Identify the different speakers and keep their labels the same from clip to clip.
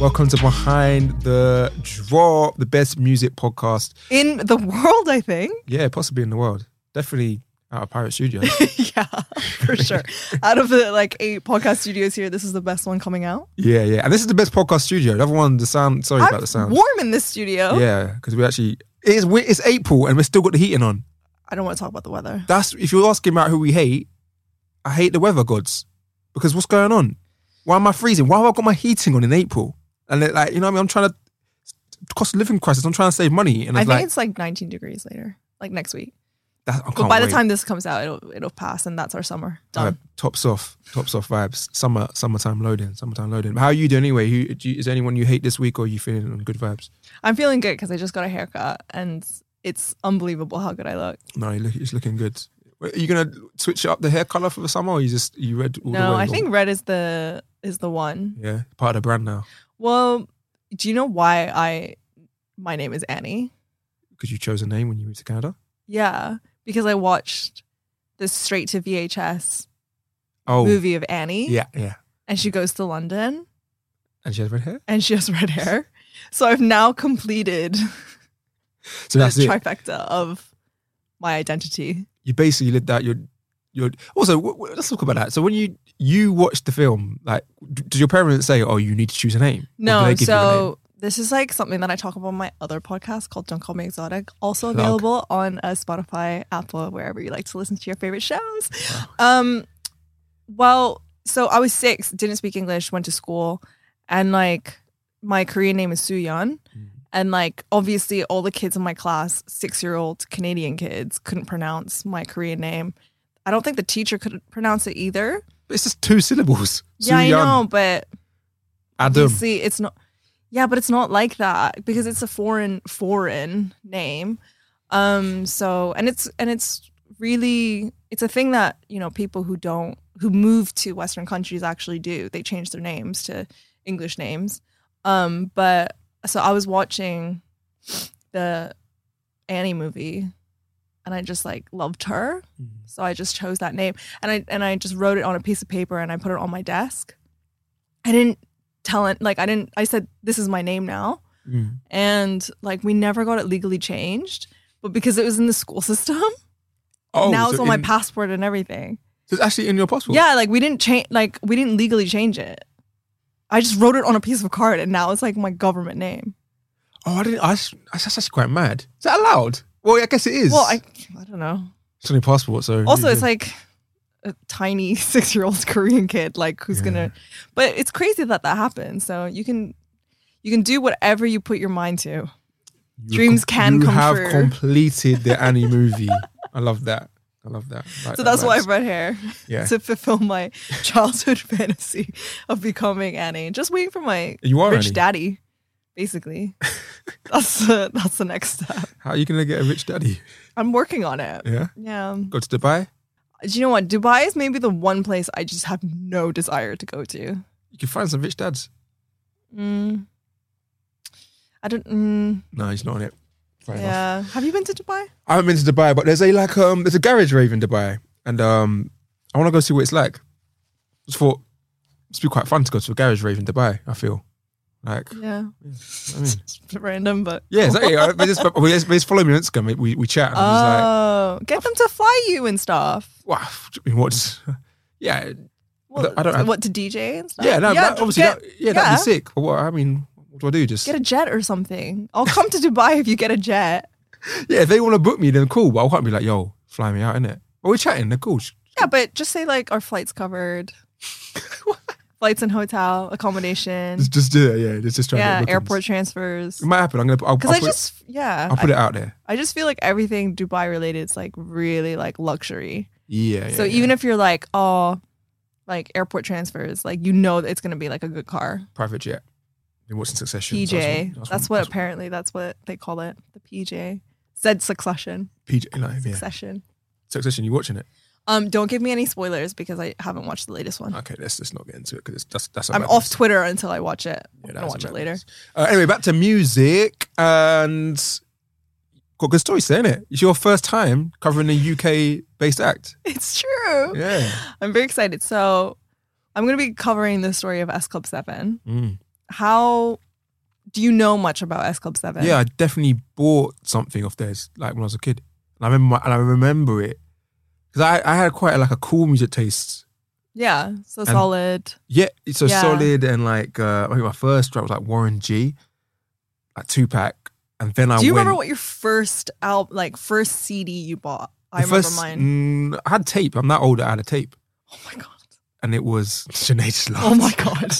Speaker 1: Welcome to Behind the Drop, the best music podcast.
Speaker 2: in the world, I think.
Speaker 1: Yeah, possibly in the world. Definitely out of Pirate Studios.
Speaker 2: yeah, for sure. Out of the like eight podcast studios here, this is the best one coming out.
Speaker 1: yeah, yeah. And this is the best podcast studio. The other one, the sound. Sorry about
Speaker 2: I'm
Speaker 1: the sound.
Speaker 2: warm in this studio.
Speaker 1: Yeah, because we actually it is wi- it's April and we've still got the heating on.
Speaker 2: I don't want to talk about the weather.
Speaker 1: That's if you're asking about who we hate, I hate the weather gods because what's going on? Why am I freezing? Why have I got my heating on in April? And it, like you know, what I mean, I'm trying to cost of living crisis. I'm trying to save money, and
Speaker 2: I
Speaker 1: it's
Speaker 2: think
Speaker 1: like
Speaker 2: it's like 19 degrees later, like next week.
Speaker 1: that, I can't
Speaker 2: But by
Speaker 1: wait.
Speaker 2: the time this comes out, it'll it'll pass, and that's our summer
Speaker 1: All
Speaker 2: done.
Speaker 1: right, tops off, tops off vibes. Summer, summertime loading, summertime loading. How are you doing anyway? Who do you, is there anyone you hate this week, or are you feeling on good vibes?
Speaker 2: I'm feeling good because I just got a haircut, and it's unbelievable how good I look.
Speaker 1: No, you look, it's looking good. Are you gonna switch up the hair color for the summer, or you just you red? All the
Speaker 2: no,
Speaker 1: way,
Speaker 2: I
Speaker 1: or-
Speaker 2: think red is the is the one.
Speaker 1: yeah, part of the brand now
Speaker 2: Well, do you know why I my name is Annie?
Speaker 1: because you chose a name when you moved to Canada.
Speaker 2: Yeah, because I watched this straight to VHS
Speaker 1: Oh,
Speaker 2: movie of Annie.
Speaker 1: yeah, yeah.
Speaker 2: And she goes to London
Speaker 1: And she has red hair,
Speaker 2: and she has red hair. So I've now completed
Speaker 1: so that's
Speaker 2: the
Speaker 1: it.
Speaker 2: trifecta of my identity.
Speaker 1: You basically lived out your your. Also, w- w- let's talk about that. So when you you watched the film, like, d- did your parents say, "Oh, you need to choose a name"? Or did they
Speaker 2: No,
Speaker 1: give you a name?
Speaker 2: so this is like something that I talk about on my other podcast called Don't Call Me Exotic, also
Speaker 1: Plug.
Speaker 2: available on uh, Spotify, Apple, wherever you like to listen to your favorite shows.
Speaker 1: Wow.
Speaker 2: Um, well, so I was six, didn't speak English, went to school, and like my Korean name is Suyeon.
Speaker 1: Mm.
Speaker 2: And like obviously all the kids in my class, six year old Canadian kids, couldn't pronounce my Korean name. I don't think the teacher could pronounce it either.
Speaker 1: But it's just two syllables.
Speaker 2: yeah, I
Speaker 1: Soo-yeon,
Speaker 2: know, but
Speaker 1: Adam.
Speaker 2: obviously it's not yeah, but it's not like that because it's a foreign foreign name. Um so and it's and it's really it's a thing that, you know, people who don't who move to western countries actually do. They change their names to English names. Um but so I was watching the Annie movie and I just like loved her. So I just chose that name and I and I just wrote it on a piece of paper and I put it on my desk. I didn't tell it like I didn't I said this is my name now
Speaker 1: Mm.
Speaker 2: and like we never got it legally changed but because it was in the school system
Speaker 1: Oh,
Speaker 2: now it's
Speaker 1: so
Speaker 2: on my
Speaker 1: in-
Speaker 2: passport and everything.
Speaker 1: So it's actually in your passport.
Speaker 2: Yeah, like we didn't change like we didn't legally change it. I just wrote it on a piece of card and now it's like my government name.
Speaker 1: Oh, I didn't. I, s- that's actually quite mad. Is that allowed? Well, I guess it is.
Speaker 2: Well, I I don't know.
Speaker 1: It's on your passport, so.
Speaker 2: Also, it's like a tiny six year old Korean kid, like who's
Speaker 1: Yeah.
Speaker 2: gonna. But it's crazy that that happens. So you can, you can do whatever you put your mind to.
Speaker 1: You
Speaker 2: dreams can
Speaker 1: you
Speaker 2: come
Speaker 1: have
Speaker 2: true.
Speaker 1: completed the Annie movie. I love that. I love that. Like
Speaker 2: So
Speaker 1: that
Speaker 2: that's why I
Speaker 1: vibes.
Speaker 2: have red hair
Speaker 1: Yeah.
Speaker 2: to fulfill my childhood fantasy of becoming Annie. Just waiting for my
Speaker 1: you are
Speaker 2: rich
Speaker 1: Annie.
Speaker 2: daddy, basically. that's the, that's the next step.
Speaker 1: How are you gonna get a rich daddy?
Speaker 2: I'm working on it.
Speaker 1: Yeah.
Speaker 2: Yeah.
Speaker 1: Go to Dubai.
Speaker 2: Do you know what? Dubai is maybe the one place I just have no desire to go to.
Speaker 1: You can find some rich dads.
Speaker 2: Mm. I don't. Mm,
Speaker 1: No, he's not on it. Fair enough.
Speaker 2: yeah. Have you been to Dubai?
Speaker 1: I haven't been to Dubai, but there's a like um there's a garage rave in Dubai, and um I want to go see what it's like. Just thought it'd be quite fun to go to a garage rave in Dubai. I feel like
Speaker 2: Yeah.
Speaker 1: I mean
Speaker 2: It's random, but.
Speaker 1: Hmm. yeah exactly. I, they, just, they just- they just follow me on Instagram. We we chat. And I'm just like
Speaker 2: Oh, get them to fly you and stuff.
Speaker 1: wow, I mean, what's yeah
Speaker 2: Well,
Speaker 1: I don't have-
Speaker 2: what to DJ and stuff.
Speaker 1: yeah no that,
Speaker 2: d-
Speaker 1: obviously
Speaker 2: get,
Speaker 1: that, yeah that'd
Speaker 2: yeah.
Speaker 1: be sick. But what I mean, what do I do? Just
Speaker 2: get a jet or something. I'll come to Dubai if you get a jet.
Speaker 1: yeah, if they want to book me, then cool. But I can't be like yo, fly me out, innit? But we're chatting. They're cool.
Speaker 2: Yeah, but just say like our flights covered, flights and hotel accommodation.
Speaker 1: Just, just do it. Yeah, just just try. and get
Speaker 2: Yeah,
Speaker 1: bookings.
Speaker 2: airport transfers.
Speaker 1: It might happen. I'm gonna. I'll, I'll,
Speaker 2: Because I
Speaker 1: put-
Speaker 2: just yeah,
Speaker 1: I'll put it out there.
Speaker 2: I just feel like everything Dubai related is like really like luxury.
Speaker 1: Yeah. yeah
Speaker 2: so
Speaker 1: yeah.
Speaker 2: even if you're like, oh, like airport transfers, like you know that it's gonna be like a good car.
Speaker 1: private jet. Been watching Succession.
Speaker 2: PJ.
Speaker 1: so
Speaker 2: that's
Speaker 1: that's
Speaker 2: what,
Speaker 1: that's
Speaker 2: apparently that's what they call it. The PJ. Said succession.
Speaker 1: PJ. No, yeah.
Speaker 2: Succession.
Speaker 1: Succession. You watching it?
Speaker 2: Um, don't give me any spoilers because I haven't watched the latest one.
Speaker 1: Okay, let's let's not get into it because that's that's. a
Speaker 2: I'm
Speaker 1: madness.
Speaker 2: off Twitter until I watch it.
Speaker 1: Yeah,
Speaker 2: I'm
Speaker 1: that
Speaker 2: gonna
Speaker 1: is
Speaker 2: watch
Speaker 1: a
Speaker 2: it later.
Speaker 1: madness. Uh, anyway, back to music and got good stories, isn't it? It's your first time covering a UK based act.
Speaker 2: It's true.
Speaker 1: Yeah.
Speaker 2: I'm very excited. So I'm gonna be covering the story of S Club Seven.
Speaker 1: Mm.
Speaker 2: how do you know much about S Club Seven?
Speaker 1: Yeah, I definitely bought something off theirs, like when I was a kid. And I remember, and I remember it because I, I had quite like a cool music taste.
Speaker 2: yeah. So
Speaker 1: And-
Speaker 2: solid.
Speaker 1: Yeah, it's so
Speaker 2: Yeah.
Speaker 1: solid and like uh, I think my first track was like Warren G, like Tupac, and then I
Speaker 2: do you
Speaker 1: went,
Speaker 2: remember what your first al- like first CD you bought? I
Speaker 1: the
Speaker 2: remember
Speaker 1: first-
Speaker 2: mine.
Speaker 1: mm, I had tape. I'm that old. I had a tape,
Speaker 2: Oh my god.
Speaker 1: and it was Sinead's Love.
Speaker 2: Oh my god.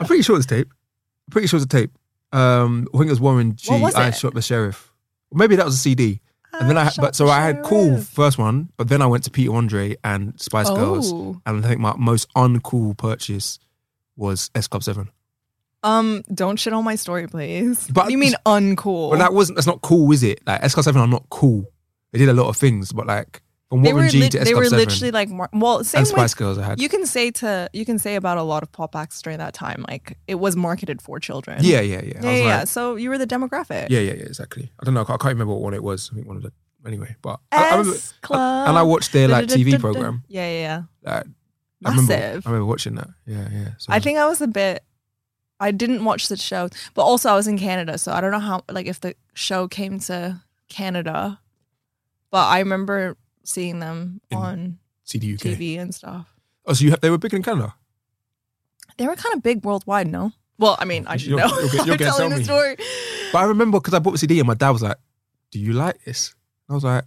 Speaker 1: I'm pretty sure it's tape. I'm pretty sure it's a tape. Um, I think it was Warren G. I
Speaker 2: What was it?
Speaker 1: shot the sheriff. Or maybe that was a CD. And then I, had- but so I had cool first one, but then I went to Peter Andre and Spice Girls,
Speaker 2: Oh.
Speaker 1: and I think my most uncool purchase was S Club Seven.
Speaker 2: Um, don't shit on my story, please.
Speaker 1: But-
Speaker 2: But you mean uncool?
Speaker 1: But that wasn't that's not cool, is it? Like S Club Seven are not cool. They did a lot of things, but like from
Speaker 2: they
Speaker 1: Warren
Speaker 2: were
Speaker 1: G
Speaker 2: lit-
Speaker 1: to S
Speaker 2: they
Speaker 1: Club
Speaker 2: were
Speaker 1: Seven
Speaker 2: literally like mar- well, same
Speaker 1: and
Speaker 2: way
Speaker 1: Spice Girls, I had.
Speaker 2: you can say to you can say about a lot of pop acts during that time, like it was marketed for children.
Speaker 1: yeah, yeah, yeah. I was
Speaker 2: yeah, yeah, yeah.
Speaker 1: like-
Speaker 2: So you were the demographic.
Speaker 1: yeah, yeah, yeah, exactly. I don't know. I can't remember what one it was. I think one of the anyway, but I, I remember,
Speaker 2: S Club.
Speaker 1: and I watched their like TV
Speaker 2: Da-da-da-da-da.
Speaker 1: program.
Speaker 2: Yeah, yeah, yeah.
Speaker 1: Like, I remember, I
Speaker 2: Massive.
Speaker 1: remember watching that. Yeah, yeah. So,
Speaker 2: I think I was a bit. I didn't watch the show, but also I was in Canada, so I don't know how like if the show came to Canada, but I remember seeing them
Speaker 1: In
Speaker 2: on
Speaker 1: CD UK.
Speaker 2: TV and stuff.
Speaker 1: Oh, so you have, they were big in Canada.
Speaker 2: They were kind of big worldwide, no? Well, I mean, I should
Speaker 1: You're-
Speaker 2: know.
Speaker 1: you're gonna- you're
Speaker 2: I'm
Speaker 1: gonna
Speaker 2: telling
Speaker 1: tell me.
Speaker 2: the story.
Speaker 1: But I remember because I bought the CD and my dad was like, "Do you like this?" And I was like,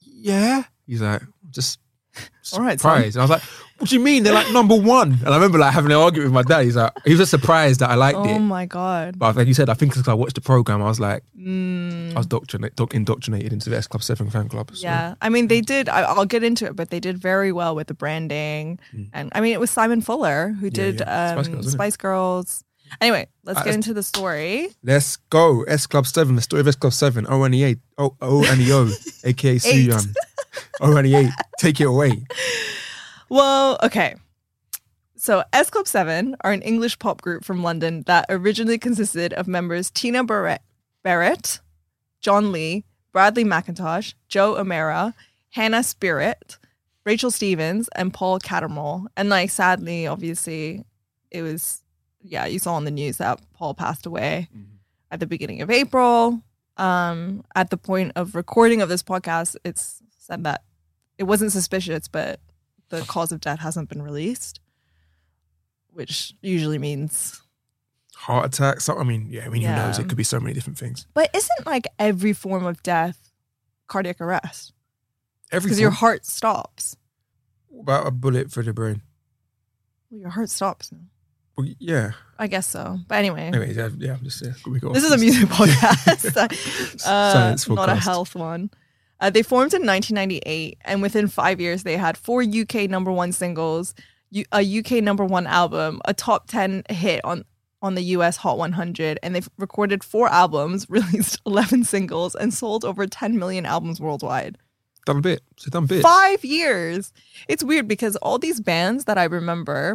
Speaker 1: "Yeah." He's like, "Just
Speaker 2: All right, son.
Speaker 1: surprised." And I was like, "What do you mean? They're like number one." And I remember like having an argument with my dad. He's like, he was just surprised that I liked
Speaker 2: Oh
Speaker 1: it.
Speaker 2: my god.
Speaker 1: But like you said, I think because I watched the program, I was like,
Speaker 2: Mm.
Speaker 1: I was doctrinate, doc- indoctrinated into the S Club Seven fan club. So.
Speaker 2: Yeah, I mean they did. I, I'll get into it, but they did very well with the branding,
Speaker 1: Mm.
Speaker 2: and I mean it was Simon Fuller who did
Speaker 1: yeah.
Speaker 2: Um,
Speaker 1: Spice Girls,
Speaker 2: Spice, Girls,
Speaker 1: wasn't it?
Speaker 2: Anyway, let's
Speaker 1: Uh,
Speaker 2: get into the story.
Speaker 1: Let's go. S Club 7, the story of S Club 7, O-N-E-8, O- O-N-E-O, aka Suyan. O-N-E-8, E take it away.
Speaker 2: Well, okay. So S Club Seven are an English pop group from London that originally consisted of members Tina Barrett, Barrett John Lee, Bradley McIntosh, Joe O'Mara, Hannah Spirit, Rachel Stevens, and Paul Cattermole. And like sadly, obviously, it was yeah, you saw on the news that Paul passed away at the beginning of April. Um, at the point of recording of this podcast, it's said that it wasn't suspicious, but the cause of death hasn't been released, which usually means.
Speaker 1: Heart attack. So, I mean, yeah, I mean, who
Speaker 2: Yeah.
Speaker 1: knows? It could be so many different things.
Speaker 2: But isn't like every form of death cardiac arrest? Because
Speaker 1: Everything.
Speaker 2: your heart stops.
Speaker 1: about a bullet for the brain.
Speaker 2: Well, your heart stops. now.
Speaker 1: Well, yeah.
Speaker 2: I guess so. But anyway,
Speaker 1: Anyway, yeah, yeah I'm just, yeah, we got
Speaker 2: this
Speaker 1: off
Speaker 2: is a music podcast. Uh,
Speaker 1: Science
Speaker 2: not a
Speaker 1: forecast.
Speaker 2: health one. Uh, they formed in 1998, and within five years, they had four UK number one singles, U- a UK number one album, a top 10 hit on on the US Hot 100, and they've recorded four albums, released 11 singles, and sold over 10 million albums worldwide.
Speaker 1: Done bit. It's a done bit.
Speaker 2: Five years. It's weird because all these bands that I remember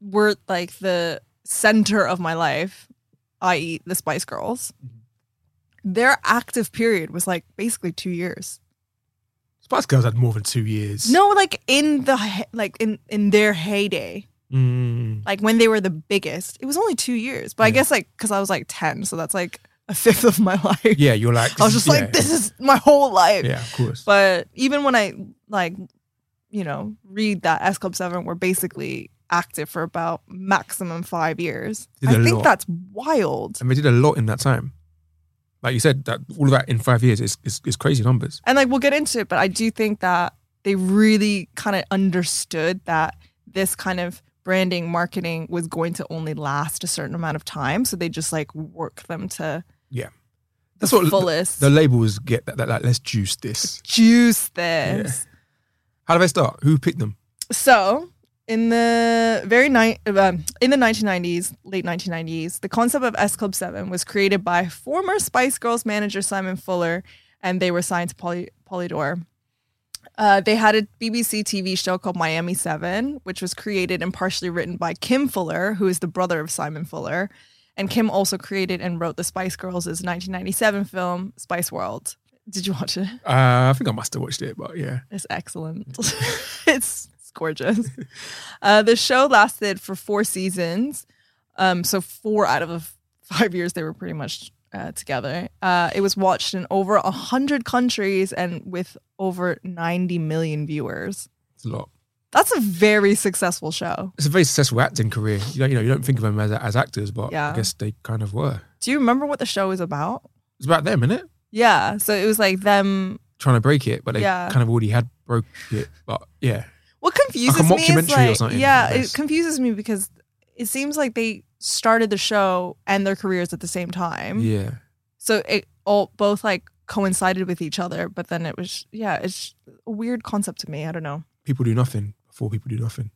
Speaker 2: were like the center of my life, i.e., the Spice Girls.
Speaker 1: Mm-hmm.
Speaker 2: Their active period was like basically two years.
Speaker 1: Spice Girls had more than two years.
Speaker 2: No, like in the he- like in in their heyday,
Speaker 1: Mm.
Speaker 2: like when they were the biggest, it was only two years. But I
Speaker 1: Yeah.
Speaker 2: guess like because I was like ten, so that's like a fifth of my life.
Speaker 1: Yeah, you're like.
Speaker 2: I was just
Speaker 1: yeah,
Speaker 2: like, this is my whole life.
Speaker 1: Yeah, of course.
Speaker 2: But even when I like, you know, read that S Club Seven were basically active for about maximum five years.
Speaker 1: Did
Speaker 2: I
Speaker 1: a
Speaker 2: think
Speaker 1: lot.
Speaker 2: that's wild.
Speaker 1: and they did a lot in that time. Like you said, that all of that in five years is, is, is crazy numbers.
Speaker 2: And like we'll get into it, but I do think that they really kind of understood that this kind of branding marketing was going to only last a certain amount of time. So they just like work them to the
Speaker 1: That's what
Speaker 2: fullest.
Speaker 1: the labels get that, that like, let's juice this.
Speaker 2: juice this.
Speaker 1: How do they start? Who picked them?
Speaker 2: So, in the very ni- um, in the 1990s, late 1990s, the concept of S Club 7 was created by former Spice Girls manager Simon Fuller, and they were signed to Poly- Polydor. Uh, they had a BBC TV show called Miami 7, which was created and partially written by Kim Fuller, who is the brother of Simon Fuller. And Kim also created and wrote the Spice Girls' 1997 film, Spice World. Did you watch it?
Speaker 1: Uh, I think I must have watched it, but yeah.
Speaker 2: It's excellent. it's, it's gorgeous. Uh, the show lasted for four seasons. Um, so four out of the f- five years they were pretty much uh, together. Uh, it was watched in over a hundred countries and with over ninety million viewers.
Speaker 1: It's a lot.
Speaker 2: That's a very successful show.
Speaker 1: It's a very successful acting career. You don't, you know, you don't think of them as, as actors, but
Speaker 2: Yeah.
Speaker 1: I guess they kind of were.
Speaker 2: Do you remember what the show was about?
Speaker 1: It's about them, isn't it?
Speaker 2: Yeah, so it was like them.
Speaker 1: Trying to break it, but they
Speaker 2: Yeah.
Speaker 1: kind of already had broke it. But yeah,
Speaker 2: What confuses me is
Speaker 1: mockumentary or
Speaker 2: like,
Speaker 1: something,
Speaker 2: yeah,
Speaker 1: I
Speaker 2: it
Speaker 1: guess.
Speaker 2: confuses me because it seems like they started the show and their careers at the same time.
Speaker 1: yeah.
Speaker 2: so it all both like coincided with each other but then it was yeah it's a weird concept to me i don't know
Speaker 1: People do nothing before people do nothing.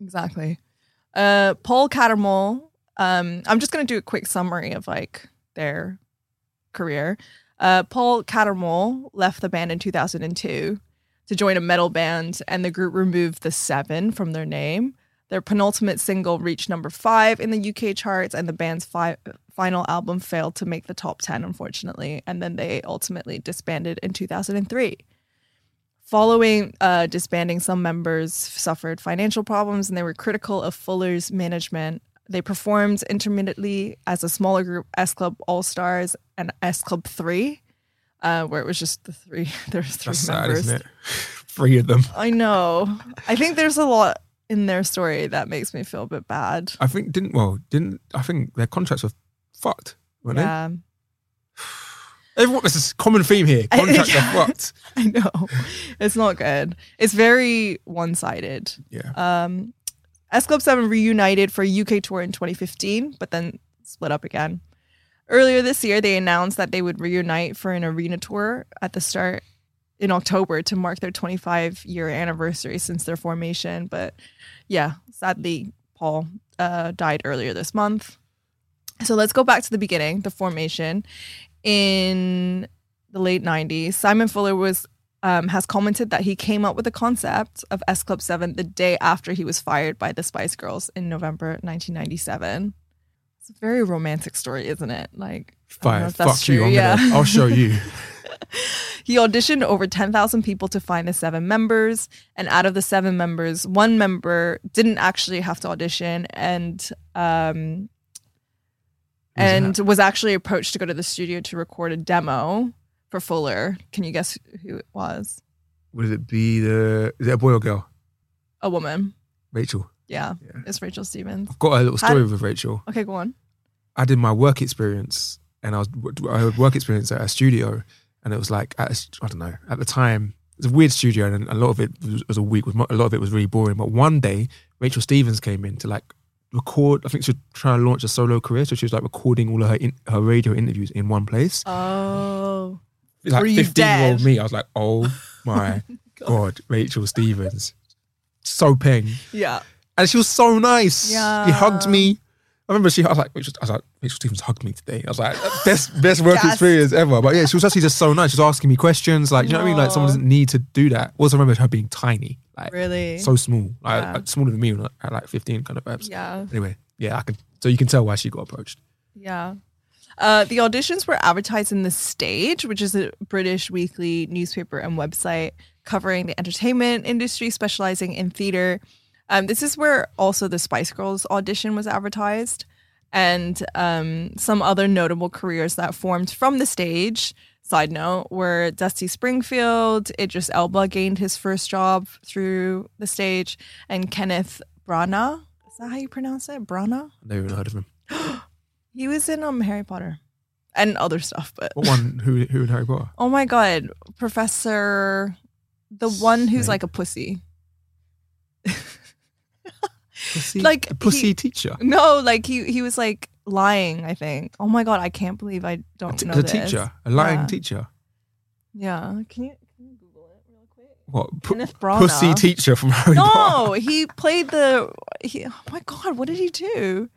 Speaker 2: exactly uh paul cattermole um i'm just gonna do a quick summary of like their career uh paul cattermole left the band in 2002 to join a metal band and the group removed the seven from their name their penultimate single reached number five in the UK charts, and the band's fi- final album failed to make the top 10, unfortunately. And then they ultimately disbanded in 2003. Following uh, disbanding, some members suffered financial problems and they were critical of Fuller's management. They performed intermittently as a smaller group, S Club All Stars and S Club 3, uh, where it was just the three. There's three
Speaker 1: That's sad,
Speaker 2: members.
Speaker 1: isn't it? Three of them.
Speaker 2: I know. I think there's a lot in their story that makes me feel a bit bad.
Speaker 1: I think didn't well didn't I think their contracts were fucked, weren't
Speaker 2: Yeah,
Speaker 1: they? Everyone, this is a common theme here.
Speaker 2: I-
Speaker 1: Contracts
Speaker 2: yeah.
Speaker 1: are fucked.
Speaker 2: I know. It's not good. It's very one-sided.
Speaker 1: Yeah,
Speaker 2: Um, S Club 7 reunited for a UK tour in 2015, but then split up again. Earlier this year, they announced that they would reunite for an arena tour at the start in October to mark their 25 year anniversary since their formation. But yeah, sadly, Paul uh, died earlier this month. So let's go back to the beginning, the formation. In the late 90s, Simon Fuller was um, has commented that he came up with the concept of S Club 7 the day after he was fired by the Spice Girls in November 1997. It's a very romantic story, isn't it? Like, know
Speaker 1: fire.
Speaker 2: if that's
Speaker 1: Fuck you.
Speaker 2: true,
Speaker 1: I'm
Speaker 2: yeah.
Speaker 1: gonna, I'll show you.
Speaker 2: he auditioned over 10,000 people to find the seven members. And out of the seven members, one member didn't actually have to audition and, um, and was actually approached to go to the studio to record a demo for Fuller. Can you guess who it was?
Speaker 1: Would it be the is it a boy or girl?
Speaker 2: A woman.
Speaker 1: Rachel.
Speaker 2: Yeah,
Speaker 1: Yeah.
Speaker 2: it's Rachel Stevens.
Speaker 1: I've got a little
Speaker 2: I-
Speaker 1: story with Rachel.
Speaker 2: Okay, go on.
Speaker 1: I did my work experience, and I was I had work experience at a studio, and it was like at a, I don't know at the time it was a weird studio, and a lot of it was, was a week. Was mo- a lot of it was really boring. But one day, Rachel Stevens came in to like record. I think she was trying to launch a solo career, so she was like recording all of her in, her radio interviews in one place.
Speaker 2: Oh,
Speaker 1: Like
Speaker 2: Were you
Speaker 1: year old
Speaker 2: dead?
Speaker 1: me, I was like, oh my god. Rachel Stevens, so peng.
Speaker 2: yeah.
Speaker 1: And she was so nice.
Speaker 2: Yeah.
Speaker 1: She hugged me. I remember she, I was like, Rachel, I was like, Rachel Stevens hugged me today. I was like, best, best work
Speaker 2: Gassed.
Speaker 1: experience ever. But yeah, she was actually just so nice. She was asking me questions. Like, do you know what I mean? Like, someone
Speaker 2: Aw.
Speaker 1: doesn't need to do that. Also, I remember her being tiny, like
Speaker 2: Really?
Speaker 1: so small, like,
Speaker 2: Yeah.
Speaker 1: like, smaller than me like, at like 15, kind of perhaps.
Speaker 2: yeah,
Speaker 1: Anyway, yeah, I can. So you can tell why she got approached.
Speaker 2: yeah. Uh, the auditions were advertised in The Stage, which is a British weekly newspaper and website covering the entertainment industry, specializing in theater. Um, this is where also the Spice Girls audition was advertised, and um, some other notable careers that formed from the stage. Side note: were Dusty Springfield, Idris Elba gained his first job through the stage, and Kenneth Branagh. Is that how you pronounce it? Branagh.
Speaker 1: I never even heard of him.
Speaker 2: He was in um Harry Potter and other stuff, but
Speaker 1: What one? Who? Who in Harry Potter?
Speaker 2: oh my god, Professor, the one who's
Speaker 1: Snape.
Speaker 2: like a pussy.
Speaker 1: Pussy,
Speaker 2: Like,
Speaker 1: the pussy
Speaker 2: he-
Speaker 1: teacher.
Speaker 2: No, like he he was like lying. I think. Oh my god, I can't believe I
Speaker 1: A
Speaker 2: don't
Speaker 1: t-
Speaker 2: know
Speaker 1: a
Speaker 2: this.
Speaker 1: teacher, a lying
Speaker 2: Yeah.
Speaker 1: teacher.
Speaker 2: Yeah, can you can you Google it real quick?
Speaker 1: What? P-
Speaker 2: Kenneth Branagh.
Speaker 1: pussy teacher from Harry Potter.
Speaker 2: No, he played the. He, oh my god, what did he do?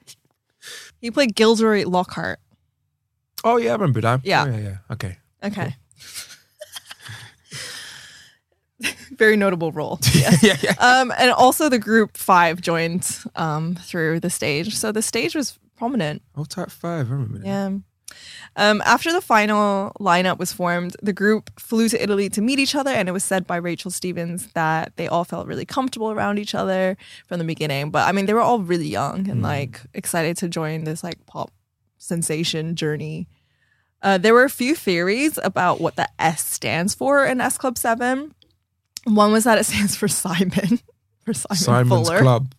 Speaker 2: He played Gilderoy Lockhart.
Speaker 1: Oh yeah, I remember that.
Speaker 2: Yeah.
Speaker 1: yeah, yeah. Okay.
Speaker 2: Okay. Very notable role.
Speaker 1: yeah, yeah.
Speaker 2: um, and also the group five joined um, through the stage. So the stage was prominent.
Speaker 1: Oh, type five. I remember. that.
Speaker 2: Yeah. Um, after the final lineup was formed, the group flew to Italy to meet each other, and it was said by Rachel Stevens that they all felt really comfortable around each other from the beginning. But I mean, they were all really young and like excited to join this like pop sensation journey. Uh, there were a few theories about what the S stands for in S Club 7. One was that it stands for Simon, for Simon
Speaker 1: Simon's
Speaker 2: Fuller
Speaker 1: Club.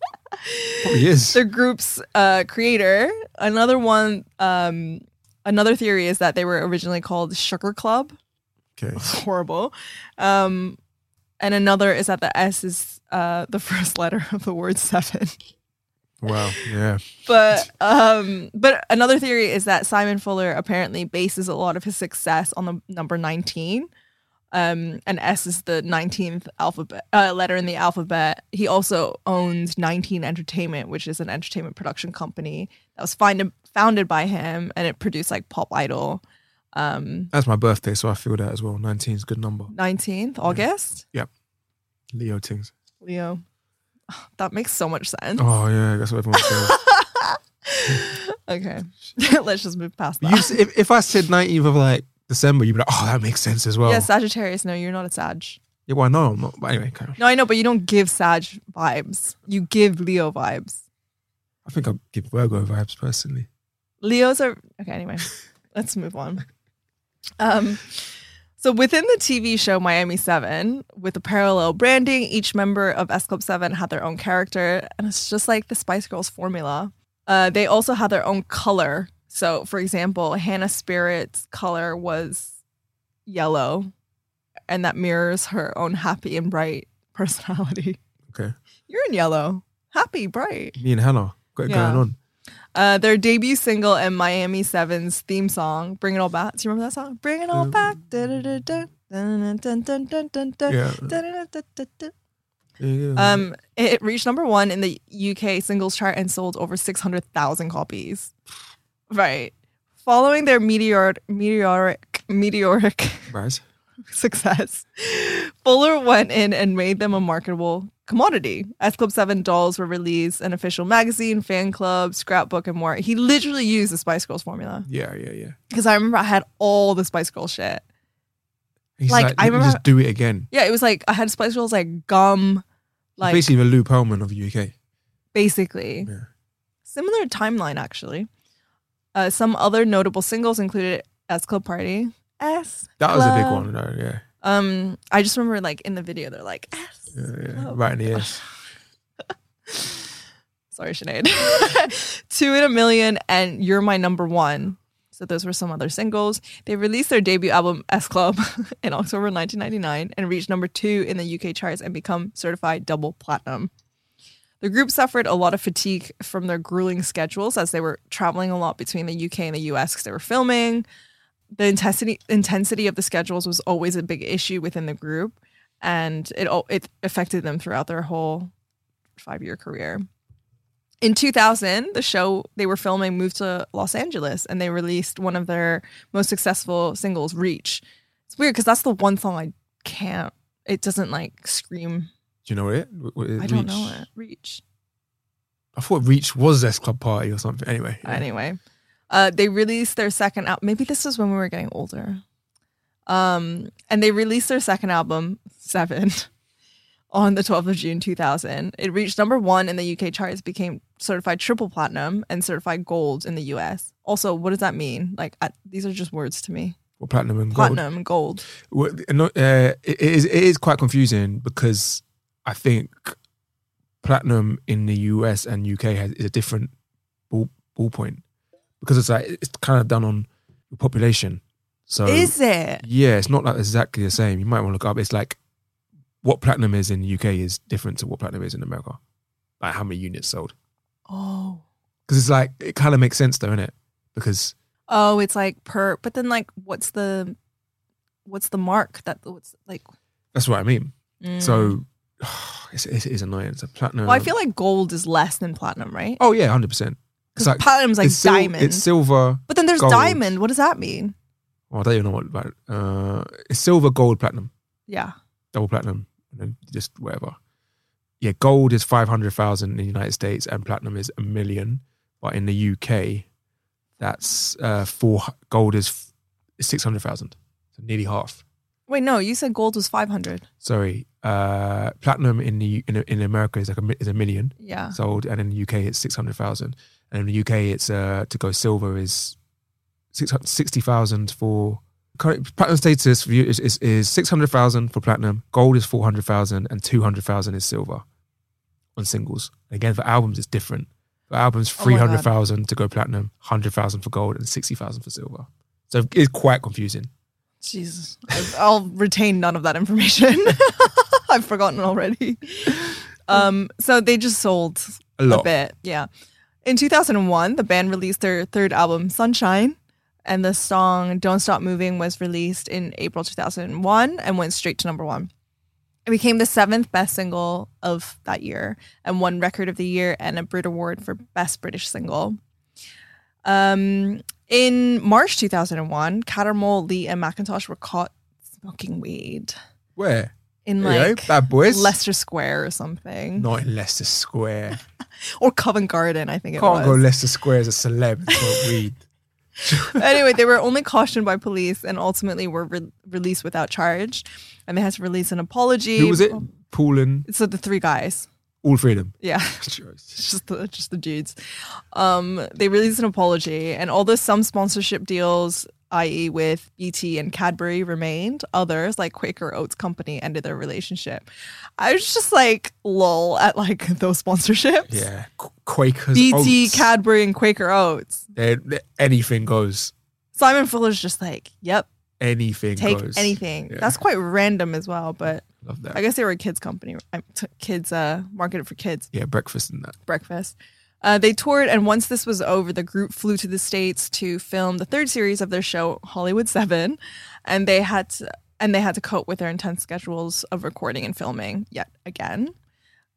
Speaker 1: Probably is.
Speaker 2: the group's uh, creator. Another one, um, another theory is that they were originally called Sugar Club.
Speaker 1: Okay.
Speaker 2: Horrible. Um, and another is that the S is uh, the first letter of the word seven.
Speaker 1: Wow. Yeah.
Speaker 2: But um, but another theory is that Simon Fuller apparently bases a lot of his success on the number nineteen. Um, and S is the nineteenth alphabet uh, letter in the alphabet. He also owns Nineteen Entertainment, which is an entertainment production company that was find- founded by him, and it produced like Pop Idol. Um,
Speaker 1: That's my birthday, so I feel that as well. 19 is a good number.
Speaker 2: nineteenth August,
Speaker 1: Leo things.
Speaker 2: Leo. That makes so much sense.
Speaker 1: Oh, yeah. That's what everyone says.
Speaker 2: okay, let's just move past
Speaker 1: Oh. you,
Speaker 2: that.
Speaker 1: s- if, if I said 19th of like December, you'd be like, oh, that makes sense as well.
Speaker 2: yeah, Sagittarius. No, you're not a Sag.
Speaker 1: Yeah, well, I know I'm not. But anyway, carry on.
Speaker 2: No, I know, but you don't give Sag vibes. You give Leo vibes.
Speaker 1: I think I'll give Virgo vibes personally.
Speaker 2: Leos are okay. Anyway, let's move on. Um, so within the TV show Miami Seven, with the parallel branding, each member of S Club Seven had their own character, and it's just like the Spice Girls formula. Uh, they also had their own color. So, for example, Hannah Spirit's color was yellow, and that mirrors her own happy and bright personality.
Speaker 1: Okay.
Speaker 2: You're in yellow, happy, bright.
Speaker 1: Me and Hannah got it
Speaker 2: Yeah.
Speaker 1: going on.
Speaker 2: Uh, their debut single and Miami Seven's theme song, "Bring It All Back." Do you remember that song? "Bring It All
Speaker 1: Um,
Speaker 2: Back." Da-da-da-da, da-da-da-da-da-da,
Speaker 1: Yeah.
Speaker 2: da-da-da-da-da-da.
Speaker 1: Yeah, yeah.
Speaker 2: Um, it reached number one in the UK singles chart and sold over six hundred thousand copies. Right. Following their meteor meteoric meteoric
Speaker 1: Right.
Speaker 2: success. Fuller went in and made them a marketable commodity. S Club 7 dolls were released, an official magazine, fan club, scrapbook, and more. He literally used the Spice Girls formula
Speaker 1: Yeah, yeah, yeah.
Speaker 2: because I remember I had all the Spice Girls shit.
Speaker 1: He's
Speaker 2: Like,
Speaker 1: like,
Speaker 2: I
Speaker 1: "Let me
Speaker 2: remember-
Speaker 1: just do it again.
Speaker 2: Yeah, it was like I had Spice Girls like gum, like basically,
Speaker 1: Basically, the Lou Pearlman of the UK. Yeah.
Speaker 2: similar timeline actually. Uh, some other notable singles included S Club Party, S.
Speaker 1: That was a big
Speaker 2: Club.
Speaker 1: one, though. Yeah.
Speaker 2: Um, I just remember like in the video they're like S.
Speaker 1: Yeah, yeah.
Speaker 2: Club. Oh,
Speaker 1: Right in the ears.
Speaker 2: Sorry, Sinead. Two in a Million and You're My Number One. So those were some other singles. They released their debut album, S Club, in October 1999 and reached number two in the UK charts and become certified double platinum. The group suffered a lot of fatigue from their grueling schedules as they were traveling a lot between the UK and the US because they were filming. The intensity intensity of the schedules was always a big issue within the group, and it al- it affected them throughout their whole five year career in 2000 the show they were filming moved to los angeles and they released one of their most successful singles reach it's weird because that's the one song i can't it doesn't like scream
Speaker 1: Do you know it? What- what it
Speaker 2: i don't
Speaker 1: Reach?
Speaker 2: know it reach
Speaker 1: I thought Reach was S Club Party or something. Anyway. yeah.
Speaker 2: anyway uh, they released their second album maybe this was when we were getting older um, and they released their second album seven on the 12th of june 2000 it reached number one in the uk charts became certified triple platinum and certified gold in the us also what does that mean like I, these are just words to me
Speaker 1: Or Platinum and Gold.
Speaker 2: platinum and gold
Speaker 1: Well, no, uh, it, it is, it is quite confusing because I think platinum in the US and UK has, is a different ball, ballpoint because it's like it's kind of done on your population. So
Speaker 2: is it
Speaker 1: yeah, it's not like exactly the same. You might want to look up. It's like what platinum is in the UK is different to what platinum is in America. Like how many units sold?
Speaker 2: oh
Speaker 1: Because it's like it kind of makes sense though, innit? Because
Speaker 2: oh it's like per but then like what's the what's the mark that what's like
Speaker 1: that's what I mean.
Speaker 2: mm.
Speaker 1: So it's, it's, it's annoying. So platinum.
Speaker 2: Well, I feel like gold is less than platinum, right?
Speaker 1: Oh yeah, hundred percent.
Speaker 2: Because platinum's like
Speaker 1: it's sil-
Speaker 2: diamond.
Speaker 1: It's silver.
Speaker 2: but then there's
Speaker 1: gold.
Speaker 2: diamond. What does that mean?
Speaker 1: Oh, I don't even know what about. Uh, it's silver, gold, platinum,
Speaker 2: Yeah.
Speaker 1: double platinum, and then just whatever. Yeah, gold is five hundred thousand in the United States, and platinum is a million. But in the UK, That's uh, four gold is six hundred thousand, so nearly half.
Speaker 2: Wait, no, you said gold was 500.
Speaker 1: Sorry, uh, platinum in the in, in America is like a, mi- is a million
Speaker 2: Yeah.
Speaker 1: sold, and in the UK it's six hundred thousand, and in the UK it's uh, to go silver is six sixty thousand for current platinum status for you is is, is six hundred thousand for platinum, gold is four hundred thousand, and two hundred thousand is silver on singles. Again, for albums it's different. For albums,
Speaker 2: Oh my God.
Speaker 1: three hundred thousand to go platinum, hundred thousand for gold, and sixty thousand for silver. So it's quite confusing.
Speaker 2: Jesus. I- I'll retain none of that information. I've forgotten already. Um, so they just sold
Speaker 1: A lot.
Speaker 2: a bit. Yeah. In 2001, the band released their third album, Sunshine, and the song Don't Stop Moving was released in April 2001 and went straight to number one. It became the seventh best single of that year and won Record of the Year and a Brit Award for Best British Single. Um, in March 2001, Cattermole, Lee, and McIntosh were caught smoking weed
Speaker 1: Where?
Speaker 2: in
Speaker 1: There you
Speaker 2: like
Speaker 1: go, bad boys.
Speaker 2: Leicester Square or something,
Speaker 1: Not in Leicester Square.
Speaker 2: or Covent Garden, I think it
Speaker 1: Can't
Speaker 2: was.
Speaker 1: go Leicester Square as a celeb. and smoke weed.
Speaker 2: anyway, they were only cautioned by police and ultimately were re- released without charge. And they had to release an apology.
Speaker 1: Who was it? Paul and
Speaker 2: So the three guys.
Speaker 1: all three of them.
Speaker 2: Yeah. It's just the just the dudes. Um, they released an apology, and although some sponsorship deals, i.e., with BT and Cadbury, remained, others like Quaker Oats Company ended their relationship. I was just like, lol, at like those sponsorships.
Speaker 1: Yeah, Qu- Quakers.
Speaker 2: BT,
Speaker 1: Oats.
Speaker 2: Cadbury, and Quaker Oats.
Speaker 1: They're- they're- anything goes.
Speaker 2: Simon Fuller's just like, yep,
Speaker 1: Anything
Speaker 2: take
Speaker 1: goes.
Speaker 2: anything.
Speaker 1: Yeah.
Speaker 2: That's quite random as well, but
Speaker 1: Love that.
Speaker 2: I guess they were a kids company, I- t- kids uh, marketed for kids
Speaker 1: yeah, breakfast and that.
Speaker 2: breakfast. Uh, they toured, and once this was over, the group flew to the states to film the third series of their show Hollywood Seven, and they had to, and they had to cope with their intense schedules of recording and filming yet again.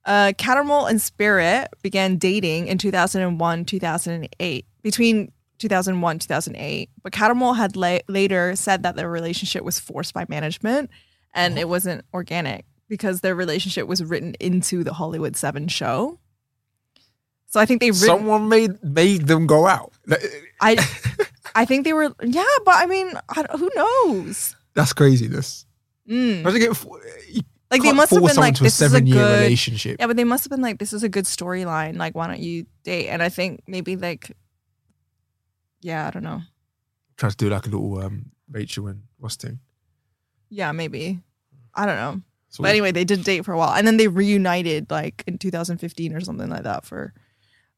Speaker 2: Uh, Cattermole and Spirit began dating in 2001, 2008. Between 2001, 2008, but Cattermole had la- later said that their relationship was forced by management, and it wasn't organic because their relationship was written into the Hollywood Seven show. So I think they written.
Speaker 1: Someone made made them go out. That-
Speaker 2: I I think they were yeah, but I mean, I don't- who knows?
Speaker 1: That's craziness.
Speaker 2: Mm.
Speaker 1: Imagine getting fo- you
Speaker 2: Like they
Speaker 1: can't
Speaker 2: must have
Speaker 1: force
Speaker 2: been
Speaker 1: someone
Speaker 2: like
Speaker 1: to a
Speaker 2: this is a
Speaker 1: seven-year
Speaker 2: good
Speaker 1: relationship.
Speaker 2: yeah, but they must have been like this is a good storyline. Like why don't you date? And I think maybe like yeah, I don't know.
Speaker 1: Trying to do like a little um, Rachel and what's thing.
Speaker 2: Yeah, maybe. I don't know.
Speaker 1: It's all-
Speaker 2: But anyway, they did date for a while, and then they reunited like in 2015 or something like that. For,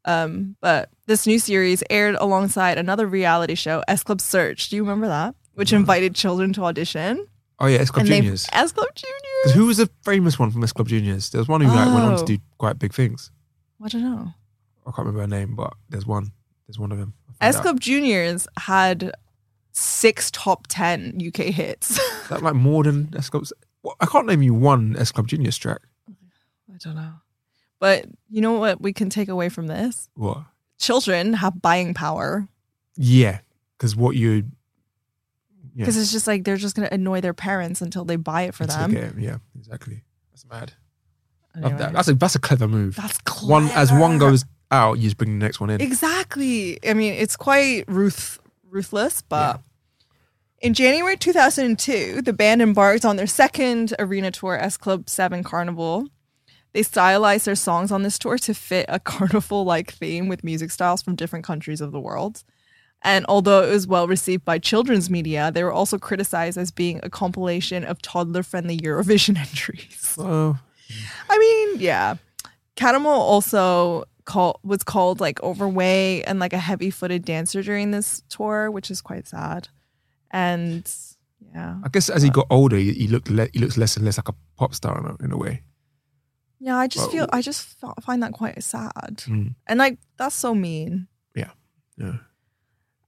Speaker 2: um, but this new series aired alongside another reality show, S Club Search. Do you remember that? Which
Speaker 1: No.
Speaker 2: invited children to audition,
Speaker 1: Oh yeah, it's Club
Speaker 2: and they
Speaker 1: Juniors.
Speaker 2: S Club Juniors.
Speaker 1: Because who was the famous one from this Club Juniors? There was one who like, went on to
Speaker 2: Oh.
Speaker 1: do quite big things.
Speaker 2: I don't know.
Speaker 1: I can't remember her name, but there's one. There's one of them. I found
Speaker 2: S
Speaker 1: out.
Speaker 2: Club Juniors had six top ten UK hits.
Speaker 1: Is that like more than S Club's? Well, I can't name you one S Club Juniors track.
Speaker 2: I don't know, but you know what we can take away from this?
Speaker 1: What?
Speaker 2: Children have buying power
Speaker 1: Yeah, because what you Yeah.
Speaker 2: because it's just like they're just gonna annoy their parents until they buy it for
Speaker 1: it's
Speaker 2: them.
Speaker 1: okay, yeah, exactly. That's mad. Love
Speaker 2: Anyway.
Speaker 1: that. That's a that's a clever move.
Speaker 2: That's
Speaker 1: One as one
Speaker 2: clever.
Speaker 1: goes out, you just bring the next one in.
Speaker 2: Exactly. I mean, it's quite ruth ruthless, but in January 2002, the band embarked on their second arena tour as Club 7 Carnival. They stylized their songs on this tour to fit a carnival like theme with music styles from different countries of the world. And although it was well received by children's media, they were also criticized as being a compilation of toddler friendly Eurovision entries.
Speaker 1: Oh,
Speaker 2: I mean, yeah. Catamo also call, was called like overweight and like a heavy footed dancer during this tour, which is quite sad. And yeah.
Speaker 1: I guess as he got older, he, he looked le- he looks less and less like a pop star in a, in a way.
Speaker 2: Yeah, I just
Speaker 1: Well-
Speaker 2: feel, I just f- find that quite sad.
Speaker 1: Mm.
Speaker 2: And like, that's so mean.
Speaker 1: Yeah.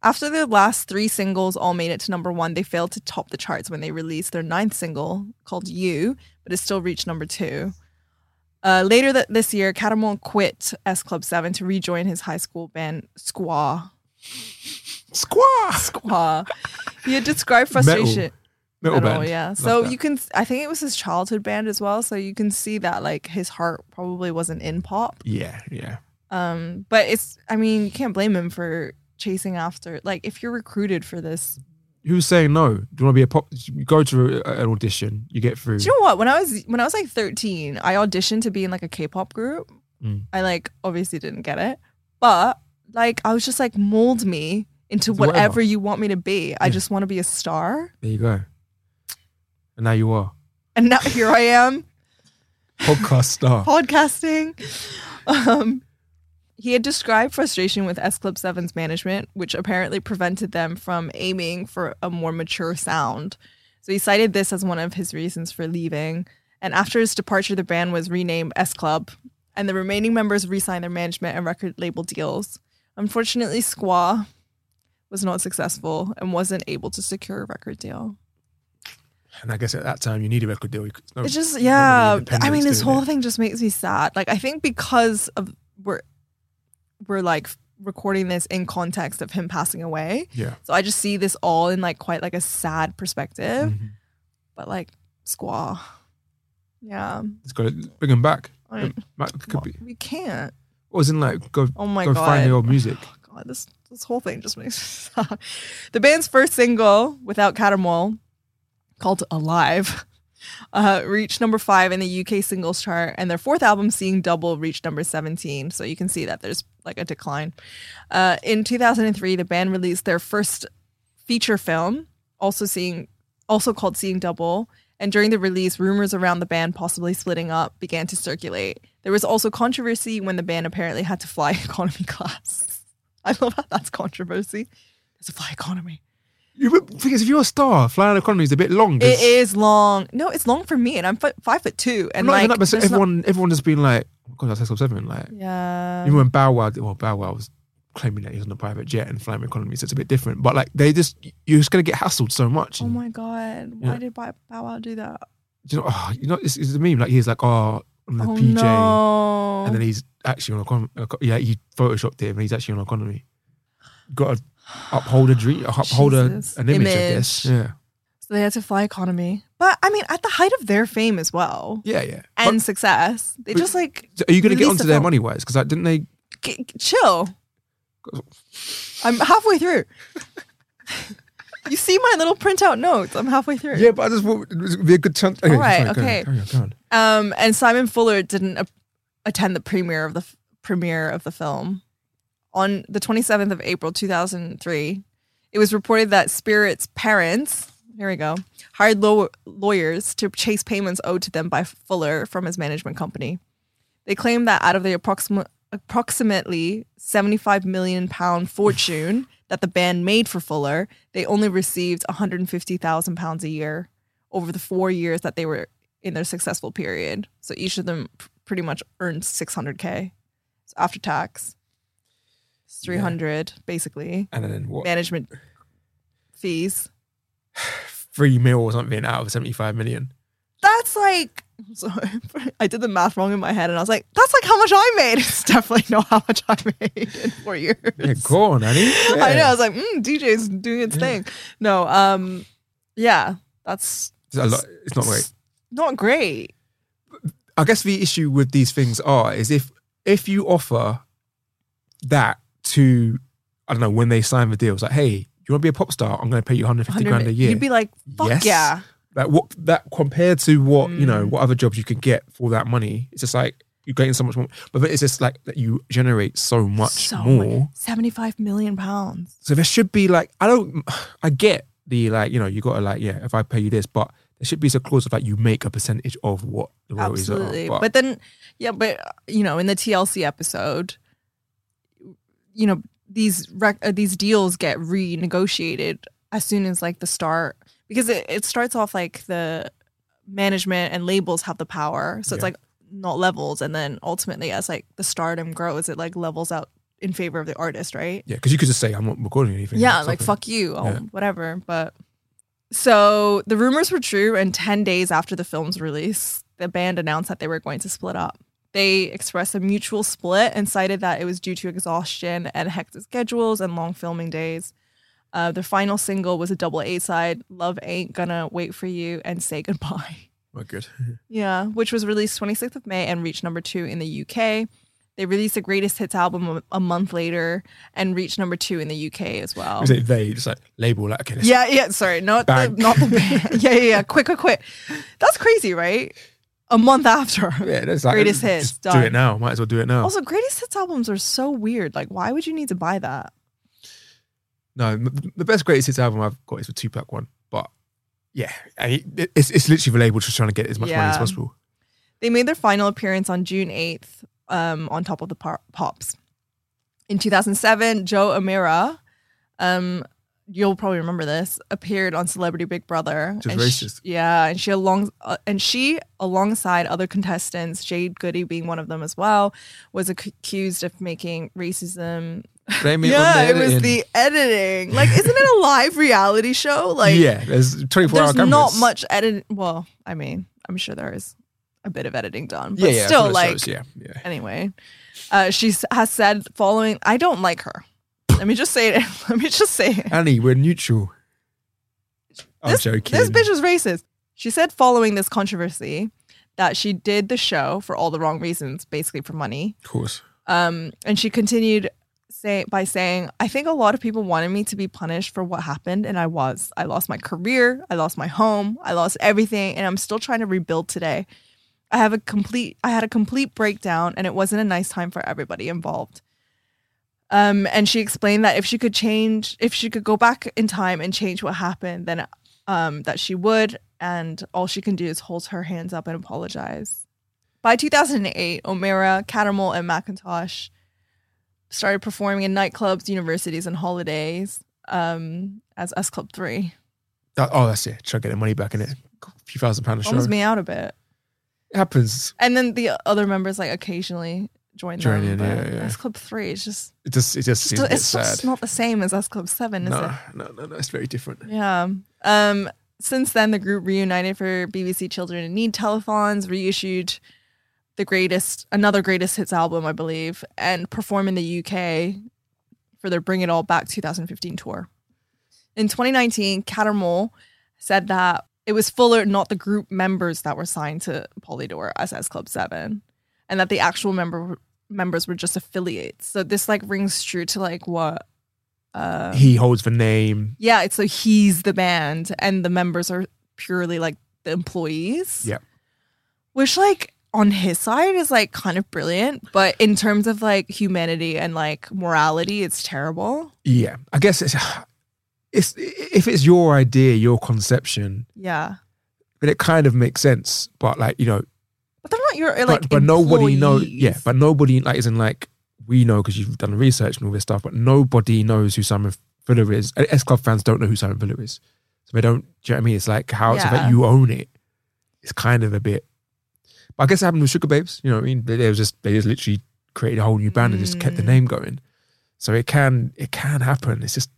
Speaker 2: After their last three singles all made it to number one, they failed to top the charts when they released their ninth single called You, but it still reached number two. Uh, later that this year, Catamon quit S Club 7 to rejoin his high school band Squaw.
Speaker 1: Squaw
Speaker 2: Squaw. He had described frustration.
Speaker 1: metal
Speaker 2: Metal,
Speaker 1: band.
Speaker 2: yeah.
Speaker 1: Love
Speaker 2: So
Speaker 1: that.
Speaker 2: you can, I think it was his childhood band as well. So you can see that like his heart probably wasn't in pop.
Speaker 1: Yeah, yeah.
Speaker 2: Um, but it's, I mean, you can't blame him for chasing after. Like if you're recruited for this,
Speaker 1: Who's saying no? Do you want to be a pop? You go to a- an audition, you get through.
Speaker 2: do you know what? When I was when I was like 13, I auditioned to be in like a K-pop group.
Speaker 1: Mm.
Speaker 2: I like obviously didn't get it, but like I was just like mold me into
Speaker 1: Into whatever.
Speaker 2: whatever, you want me to be. I
Speaker 1: Yeah.
Speaker 2: just want to be a star.
Speaker 1: There you go. And now you are
Speaker 2: And now here I am
Speaker 1: podcast star.
Speaker 2: podcasting. Um, he had described frustration with S Club 7's management, which apparently prevented them from aiming for a more mature sound. So he cited this as one of his reasons for leaving. And after his departure, the band was renamed S Club, and the remaining members re signed their management and record label deals. Unfortunately, Squaw was not successful and wasn't able to secure a record deal.
Speaker 1: And I guess at that time you need a record deal. You could- no-
Speaker 2: It's just
Speaker 1: really
Speaker 2: yeah. I
Speaker 1: independence
Speaker 2: mean, this
Speaker 1: doing
Speaker 2: whole
Speaker 1: it.
Speaker 2: thing just makes me sad. Like I think because of we're we're like recording this in context of him passing away.
Speaker 1: Yeah.
Speaker 2: So I just see this all in like quite like a sad perspective.
Speaker 1: Mhm.
Speaker 2: But like squaw. Yeah.
Speaker 1: It's got to bring him back.
Speaker 2: I mean,
Speaker 1: Might- could be.
Speaker 2: we can't.
Speaker 1: Wasn't like go
Speaker 2: Oh my
Speaker 1: go
Speaker 2: god.
Speaker 1: find the old music.
Speaker 2: God, this this whole thing just makes me sad. The band's first single, Without Catamol, called Alive, uh, reached number five in the UK singles chart, and their fourth album, Seeing Double, reached number 17. So you can see that there's like a decline. Uh, in 2003, the band released their first feature film, also seeing, also called Seeing Double. And during the release, rumors around the band possibly splitting up began to circulate. There was also controversy when the band apparently had to fly economy class. I love how that's controversy. It's a fly economy.
Speaker 1: You would- thing is, if you're a star, flying economy is a bit long. 'cause
Speaker 2: It is long. No, it's long for me, and I'm fi- five foot two, and
Speaker 1: not
Speaker 2: like
Speaker 1: even that, but so
Speaker 2: there's not-
Speaker 1: everyone everyone has been like, oh God, that's Hexcom Seven. Like
Speaker 2: yeah,
Speaker 1: even when Bow Wow, did- well, Bow Wow was claiming that he was on a private jet and flying economy, so it's a bit different. But like they just, you're just gonna get hassled so much.
Speaker 2: Oh
Speaker 1: and-
Speaker 2: my god! Why
Speaker 1: Yeah.
Speaker 2: did Bow Bow Wow do that?
Speaker 1: do you know, oh, you know, it's, it's a meme. Like he's like, oh, I'm the
Speaker 2: oh
Speaker 1: PJ,
Speaker 2: no!
Speaker 1: and then he's actually on economy. Yeah, he photoshopped him, and he's actually on economy. Got to uphold a dream, uphold a, an
Speaker 2: Jesus.
Speaker 1: image, I guess. Yeah,
Speaker 2: so they had to fly economy, but I mean, at the height of their fame as well
Speaker 1: yeah, yeah.
Speaker 2: and success, they
Speaker 1: but-
Speaker 2: just like
Speaker 1: But are you gonna get
Speaker 2: release
Speaker 1: onto
Speaker 2: the
Speaker 1: their
Speaker 2: film.
Speaker 1: money wise? Because like, didn't they?
Speaker 2: g- g- chill. I'm halfway through. you see my little printout notes. I'm halfway through.
Speaker 1: Yeah, but I just want it would be a good chance. Okay,
Speaker 2: All right,
Speaker 1: sorry, go on,
Speaker 2: okay.
Speaker 1: carry on, go on.
Speaker 2: Um, and Simon Fuller didn't a- attend the premiere of the f- premiere of the film on the 27th of April 2003. It was reported that Spirit's parents, here we go, hired law- lawyers to chase payments owed to them by Fuller from his management company. They claimed that out of the approximate approximately 75 million pound fortune that the band made for Fuller, they only received 150,000 pounds a year over the 4 years that they were in their successful period. So each of them p- pretty much earned 600k so after tax. It's
Speaker 1: Yeah.
Speaker 2: 300 basically.
Speaker 1: And then what?
Speaker 2: Management fees.
Speaker 1: Three mil or something out of seventy-five million.
Speaker 2: That's like sorry, I did the math wrong in my head and I was like, that's like how much I made. It's definitely not how much I made in 4 years.
Speaker 1: Yeah, go on, Annie.
Speaker 2: I know. I
Speaker 1: Yeah.
Speaker 2: was like, mm, DJ's doing its
Speaker 1: Yeah.
Speaker 2: thing. No, um, yeah, that's
Speaker 1: It's, a lot, it's not great.
Speaker 2: not great.
Speaker 1: I guess the issue with these things are is if if you offer that to I don't know when they sign the deals like hey you want to be a pop star I'm going to pay you 150 grand a year
Speaker 2: You'd be like, fuck
Speaker 1: Yes.
Speaker 2: yeah.
Speaker 1: like what that compared to what you know
Speaker 2: Mm.
Speaker 1: what other jobs you can get for that money it's just like you're getting so much more but then it's just like that you generate so much
Speaker 2: so
Speaker 1: more
Speaker 2: much- 75 million pounds.
Speaker 1: so there should be like I don't I get the like you know you got to like yeah if I pay you this but there should be a clause of like you make a percentage of what the royalties
Speaker 2: Absolutely.
Speaker 1: are
Speaker 2: But then, yeah, but, uh, you know, in the TLC episode, you know, these rec- uh, these deals get renegotiated as soon as like the start, because it, it starts off like the management and labels have the power. So it's
Speaker 1: Yeah.
Speaker 2: like not levels. And then ultimately, as like the stardom grows, it like levels out in favor of the artist, right?
Speaker 1: yeah because you could just say I'm not recording anything
Speaker 2: Yeah,
Speaker 1: or
Speaker 2: like
Speaker 1: something.
Speaker 2: fuck you, oh,
Speaker 1: Yeah.
Speaker 2: whatever. But so the rumors were true, and ten days after the film's release, the band announced that they were going to split up. They expressed a mutual split and cited that it was due to exhaustion and hectic schedules and long filming days. Uh, their final single was a double A side, "Love Ain't Gonna Wait for You" and "Say Goodbye."
Speaker 1: my good
Speaker 2: Yeah, which was released 26th of May and reached number two in the UK. They released the greatest hits album a- a month later and reached number two in the UK as well.
Speaker 1: We say they just like label like okay, let's-
Speaker 2: Yeah, yeah. Sorry, not the,
Speaker 1: Bang.
Speaker 2: not the band. yeah, yeah, yeah. Quick, quick, quick. That's crazy, right? A month after.
Speaker 1: yeah, that's like
Speaker 2: Greatest
Speaker 1: just
Speaker 2: hits,
Speaker 1: Do
Speaker 2: done.
Speaker 1: it now. Might as well do it now.
Speaker 2: Also, greatest hits albums are so weird. Like, why would you need to buy that?
Speaker 1: No, m- the best greatest hits album I've got is the Tupac one, but yeah, I, it- it's it's literally the label just trying to get as much money as
Speaker 2: Yeah.
Speaker 1: possible.
Speaker 2: They made their final appearance on June 8th um, on Top of the Par- Pops. In 2007, Joe Amira, um, you'll probably remember this, appeared on Celebrity Big Brother.
Speaker 1: Which is
Speaker 2: And she-
Speaker 1: racist.
Speaker 2: yeah, and she along uh, and she alongside other contestants, Jade Goody being one of them as well, was ac- accused of making racism.
Speaker 1: Blame it
Speaker 2: yeah,
Speaker 1: on the
Speaker 2: it was
Speaker 1: editing.
Speaker 2: the editing. Like, isn't it a live reality show? Like,
Speaker 1: yeah. There's 24 hour
Speaker 2: there's
Speaker 1: cameras.
Speaker 2: not much edit. Well, I mean, I'm sure there is a bit of editing done, but
Speaker 1: Yeah, yeah,
Speaker 2: still,
Speaker 1: full of
Speaker 2: like
Speaker 1: shows, yeah, yeah.
Speaker 2: anyway, uh, she s- has said following. I don't like her. Let me just say it. Let me just say it.
Speaker 1: Annie, we're neutral. I'm
Speaker 2: this,
Speaker 1: joking.
Speaker 2: this bitch is racist. She said following this controversy that she did the show for all the wrong reasons, basically for money.
Speaker 1: of course.
Speaker 2: Um, and she continued say, by saying, I think a lot of people wanted me to be punished for what happened, and I was. I lost my career, I lost my home, I lost everything, and I'm still trying to rebuild today. I have a complete I had a complete breakdown and it wasn't a nice time for everybody involved. Um, and she explained that if she could change if she could go back in time and change what happened, then um, that she would and all she can do is hold her hands up and apologize. By 2008, O'Mara, Cattermole, and McIntosh started performing in nightclubs, universities, and holidays um, as S Club 3.
Speaker 1: That, oh, that's it. Try to get the money back in it. A few thousand pounds a show.
Speaker 2: Bums me out a bit.
Speaker 1: It happens.
Speaker 2: And then the other members, like, occasionally join,
Speaker 1: Join
Speaker 2: them.
Speaker 1: in,
Speaker 2: but
Speaker 1: yeah, yeah.
Speaker 2: S Club 3 is just,
Speaker 1: It just it just seems
Speaker 2: still,
Speaker 1: a bit
Speaker 2: it's
Speaker 1: sad.
Speaker 2: just not the same as S Club 7, is it?
Speaker 1: no, no, no, no. It's very different.
Speaker 2: Yeah. Um, since then, the group reunited for BBC Children in Need telethons, reissued the greatest, another greatest hits album, I believe, and perform in the UK for their Bring It All Back 2015 tour. In 2019, Catermole said that it was Fuller, not the group members, that were signed to Polydor as S Club 7, and that the actual member members were just affiliates. So this like rings true to like what uh,
Speaker 1: He holds the name.
Speaker 2: yeah, it's so he's the band and the members are purely like the employees.
Speaker 1: Yeah.
Speaker 2: Which like on his side is like kind of brilliant, but in terms of like humanity and like morality, it's terrible.
Speaker 1: Yeah, I guess it's it's if it's your idea, your conception,
Speaker 2: Yeah.
Speaker 1: then it kind of makes sense. But like you know,
Speaker 2: But they're not your like
Speaker 1: but, but nobody knows.
Speaker 2: employees.
Speaker 1: Yeah, but nobody like isn't like we know because you've done research and all this stuff. But nobody knows who Simon Fuller is. And S Club fans don't know who Simon Fuller is, so they don't. Do you know what I mean? It's like how it's
Speaker 2: Yeah.
Speaker 1: about you own it. It's kind of a bit. But I guess it happened with Sugar Babes. You know what I mean? They, they was just they just literally created a whole new band and just kept the
Speaker 2: Mm.
Speaker 1: name going. So it can it can happen. It's just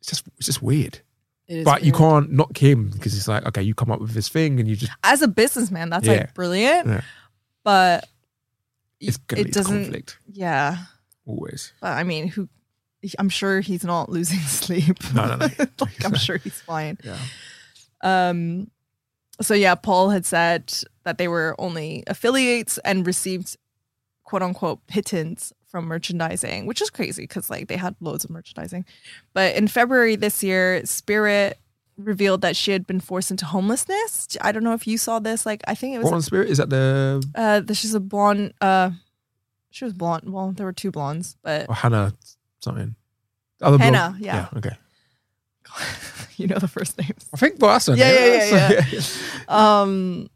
Speaker 1: it's just it's just weird.
Speaker 2: It is
Speaker 1: but you
Speaker 2: weird.
Speaker 1: can't knock him because it's like okay, you come up with this thing and you just
Speaker 2: as a businessman, that's
Speaker 1: Yeah.
Speaker 2: like brilliant.
Speaker 1: Yeah.
Speaker 2: But
Speaker 1: it's gonna
Speaker 2: it
Speaker 1: lead to
Speaker 2: doesn't
Speaker 1: conflict
Speaker 2: yeah.
Speaker 1: always.
Speaker 2: But I mean who I'm sure he's not losing sleep.
Speaker 1: No, no, no.
Speaker 2: like I'm sure he's fine.
Speaker 1: Yeah.
Speaker 2: Um, so yeah, Paul had said that they were only affiliates and received quote unquote pittance from merchandising, which is crazy because like they had loads of merchandising. But in February this year, Spirit revealed that she had been forced into homelessness. I don't know if you saw this. Like I think it
Speaker 1: What
Speaker 2: was
Speaker 1: on spirit is that the
Speaker 2: uh, this is a blonde. Uh, she was blonde. Well, there were two blondes, but
Speaker 1: or oh, Hannah something? Other blog-
Speaker 2: Uh, Hannah, yeah.
Speaker 1: Okay.
Speaker 2: you know the first names.
Speaker 1: I think well, that's her
Speaker 2: Yeah,
Speaker 1: name.
Speaker 2: yeah, yeah,
Speaker 1: That's-
Speaker 2: um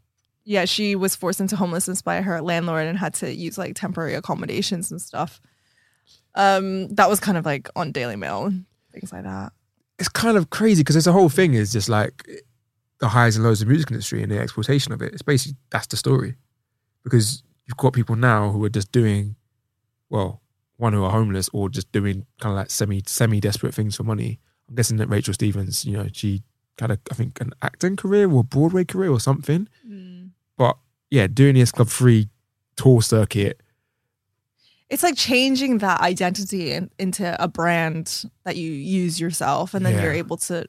Speaker 2: yeah she was forced into homelessness by her landlord and had to use like temporary accommodations and stuff um that was kind of like on daily mail and things like that
Speaker 1: It's kind of crazy because there's a whole thing is just like the highs and lows of the music industry and the exploitation of it. It's basically that's the story because you've got people now who are just doing well, one who are homeless or just doing kind of like semi semi desperate things for money. I'm guessing that Rachel Stevens, you know, she had a I think an acting career or Broadway career or something. But yeah, doing this club free tour circuit
Speaker 2: it's like changing that identity in, into a brand that you use yourself and then
Speaker 1: Yeah.
Speaker 2: you're able to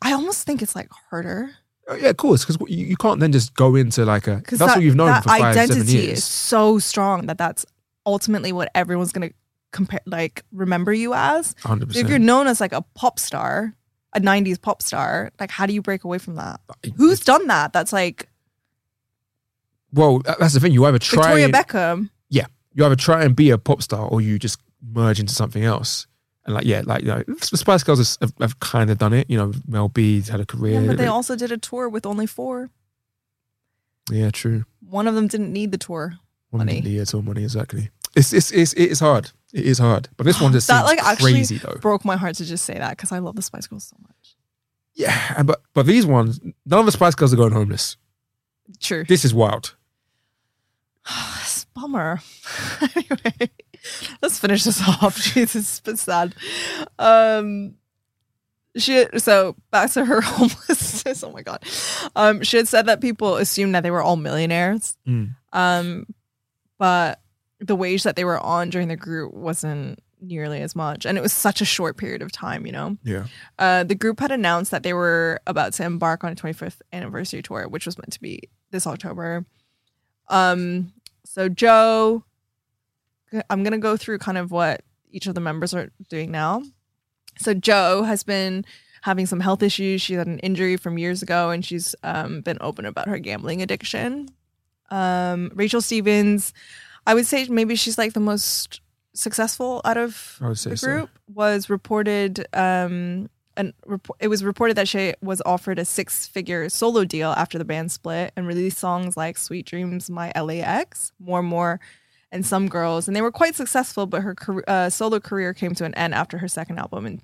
Speaker 2: i almost think it's like harder
Speaker 1: Oh, yeah, of course, because you, you can't then just go into like a.
Speaker 2: because
Speaker 1: That's what you've known
Speaker 2: that
Speaker 1: for five,
Speaker 2: identity
Speaker 1: seven
Speaker 2: is
Speaker 1: years.
Speaker 2: so strong that that's ultimately what everyone's gonna compare like remember you as.
Speaker 1: Hundred
Speaker 2: So if you're
Speaker 1: percent.
Speaker 2: known as like a pop star, a '90s pop star, like how do you break away from that? Who's done that? That's like
Speaker 1: well? that- That's the thing. You either try
Speaker 2: Victoria
Speaker 1: and-
Speaker 2: Beckham.
Speaker 1: you either try and be a pop star or you just merge into something else. And like yeah, like you know, the Spice Girls have, have kind of done it. You know, Mel B's had a
Speaker 2: Yeah,
Speaker 1: career.
Speaker 2: but they also did a tour with only four.
Speaker 1: yeah true.
Speaker 2: One of them didn't need the tour.
Speaker 1: One
Speaker 2: Money.
Speaker 1: million a year till money exactly. It's it's it's it is hard. It is hard. But this one just
Speaker 2: That,
Speaker 1: seems
Speaker 2: like, actually
Speaker 1: crazy though.
Speaker 2: Broke my heart to just say that because I love the Spice Girls so much.
Speaker 1: Yeah, and but but these ones, none of the Spice Girls are going homeless.
Speaker 2: True.
Speaker 1: This is wild.
Speaker 2: It's a bummer. anyway, let's finish this off. Jesus, it's a bit sad. Um, she so back to her homelessness. Oh my god. Um, she had said that people assumed that they were all millionaires.
Speaker 1: Mm.
Speaker 2: Um, but the wage that they were on during the group wasn't nearly as much, and it was such a short period of time. You know.
Speaker 1: Yeah,
Speaker 2: Uh, the group had announced that they were about to embark on a 25th anniversary tour, which was meant to be this October. Um, so Joe, I'm gonna go through kind of what each of the members are doing now. So Joe has been having some health issues. She had an injury from years ago, and she's um, been open about her gambling addiction. Um, Rachel Stevens, I would say maybe she's like the most successful out of
Speaker 1: I would say
Speaker 2: the
Speaker 1: so.
Speaker 2: group was reported um and it was reported that she was offered a six-figure solo deal after the band split and released songs like "Sweet Dreams," "My LAX," "More and More," and "Some Girls," and they were quite successful. But her car- uh, solo career came to an end after her second album in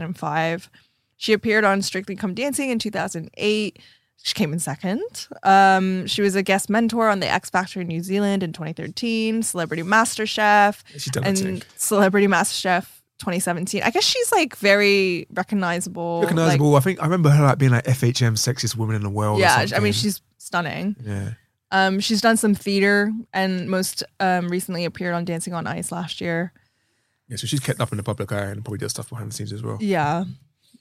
Speaker 2: 2005. She appeared on "Strictly Come Dancing" in 2008. She came in second. Um, she was a guest mentor on the X Factor in New Zealand in 2013, Celebrity Master Chef,
Speaker 1: she's done her thing.
Speaker 2: and Celebrity Master Chef 2017. I guess she's like very recognizable.
Speaker 1: Recognizable. I think I remember her like being like FHM sexiest woman in the
Speaker 2: Like,
Speaker 1: world. or
Speaker 2: yeah, I mean
Speaker 1: something.
Speaker 2: she's stunning.
Speaker 1: yeah.
Speaker 2: Um, she's done some theater and most um, recently appeared on Dancing on Ice last year.
Speaker 1: Yeah, so she's kept up in the public eye and probably does stuff behind the scenes as well.
Speaker 2: Yeah.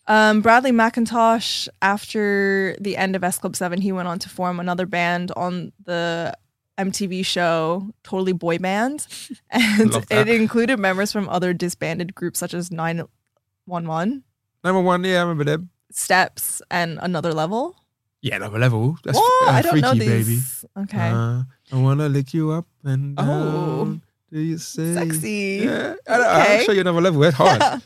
Speaker 2: Um, Bradley McIntosh, after the end of S Club 7, he went on to form another band on the MTV show Totally Boy Band. And
Speaker 1: Love that.
Speaker 2: it included members from other disbanded groups such as 911,
Speaker 1: Number one, yeah, I remember them.
Speaker 2: Steps, and Another Level.
Speaker 1: Yeah, another level. That's
Speaker 2: What?
Speaker 1: uh,
Speaker 2: I don't
Speaker 1: freaky,
Speaker 2: know these.
Speaker 1: baby.
Speaker 2: Okay.
Speaker 1: Uh, I wanna lick you up and down.
Speaker 2: Oh.
Speaker 1: Do you say
Speaker 2: Sexy.
Speaker 1: Yeah, I don't, I'll
Speaker 2: Okay.
Speaker 1: show you another level. It's hard.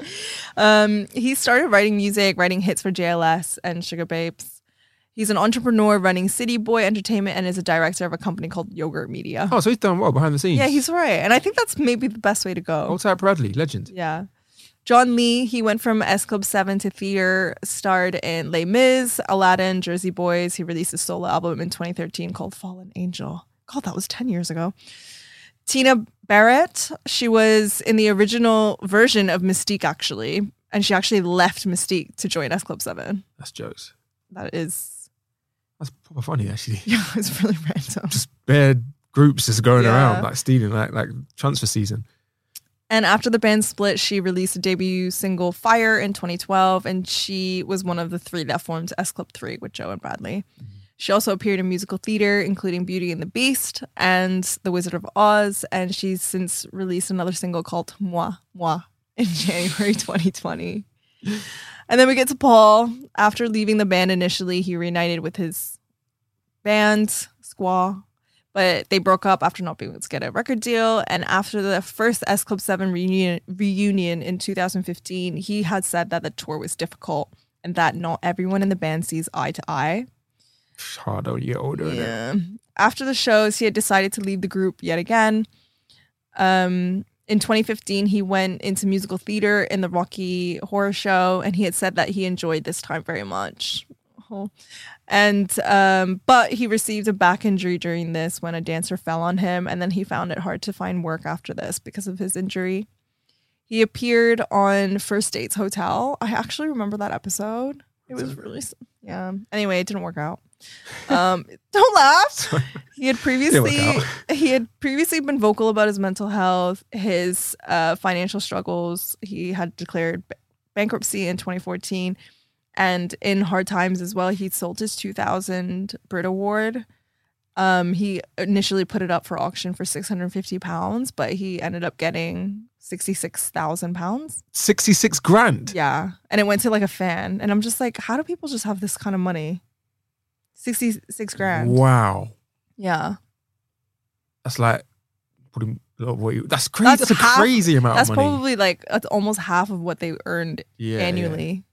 Speaker 2: um, he started writing music, writing hits for JLS and Sugar Babes. He's an entrepreneur running City Boy Entertainment and is a director of a company called Yogurt Media.
Speaker 1: oh, so he's done well behind the scenes.
Speaker 2: Yeah, he's right. And I think that's maybe the best way to go.
Speaker 1: old type Bradley, legend.
Speaker 2: Yeah. John Lee, he went from S Club 7 to theater, starred in Les Mis, Aladdin, Jersey Boys. He released a solo album in 2013 called Fallen Angel. God, that was 10 years ago. Tina Barrett, she was in the original version of Mystique, actually, and she actually left Mystique to join S Club 7.
Speaker 1: That's jokes.
Speaker 2: That is,
Speaker 1: That's proper funny actually.
Speaker 2: yeah, it's really random.
Speaker 1: Just bare groups just going
Speaker 2: Yeah.
Speaker 1: around like stealing, like like transfer season.
Speaker 2: And after the band split, she released a debut single, Fire, in 2012, and she was one of the three that formed S Club 3 with Joe and Bradley. She also appeared in musical theater, including Beauty and the Beast and The Wizard of Oz, and she's since released another single called Moi, Moi in January 2020. And then we get to Paul. After leaving the band initially, he reunited with his band, Squaw, but they broke up after not being able to get a record deal. And after the first S Club 7 reunion, reunion in 2015, he had said that the tour was difficult and that not everyone in the band sees eye to eye.
Speaker 1: It's hard when you get older. innit?
Speaker 2: Yeah. After the shows, he had decided to leave the group yet again. Um, in 2015, he went into musical theater in the Rocky Horror Show, and he had said that he enjoyed this time very much. Oh. And um, but he received a back injury during this when a dancer fell on him, and then he found it hard to find work after this because of his injury. He appeared on First Dates Hotel. I actually remember that episode. It was really s- yeah. Anyway, it didn't work out. Um, don't laugh.
Speaker 1: Sorry.
Speaker 2: He had
Speaker 1: Didn't work
Speaker 2: previously
Speaker 1: out.
Speaker 2: he had previously been vocal about his mental health, his uh, financial struggles. He had declared b- bankruptcy in 2014, and in hard times as well, he sold his 2000 Brit Award, Um, he initially put it up for auction for 650 pounds, but he ended up getting 66,000 pounds.
Speaker 1: 66 grand.
Speaker 2: Yeah. And it went to like a fan. And I'm just like, how do people just have this kind of money? 66 grand.
Speaker 1: Wow.
Speaker 2: Yeah.
Speaker 1: That's like, probably a lot of what you, that's crazy.
Speaker 2: That's
Speaker 1: That's, a
Speaker 2: half-
Speaker 1: crazy amount
Speaker 2: That's
Speaker 1: of money.
Speaker 2: probably like that's almost half of what they earned
Speaker 1: yeah, yeah.
Speaker 2: annually.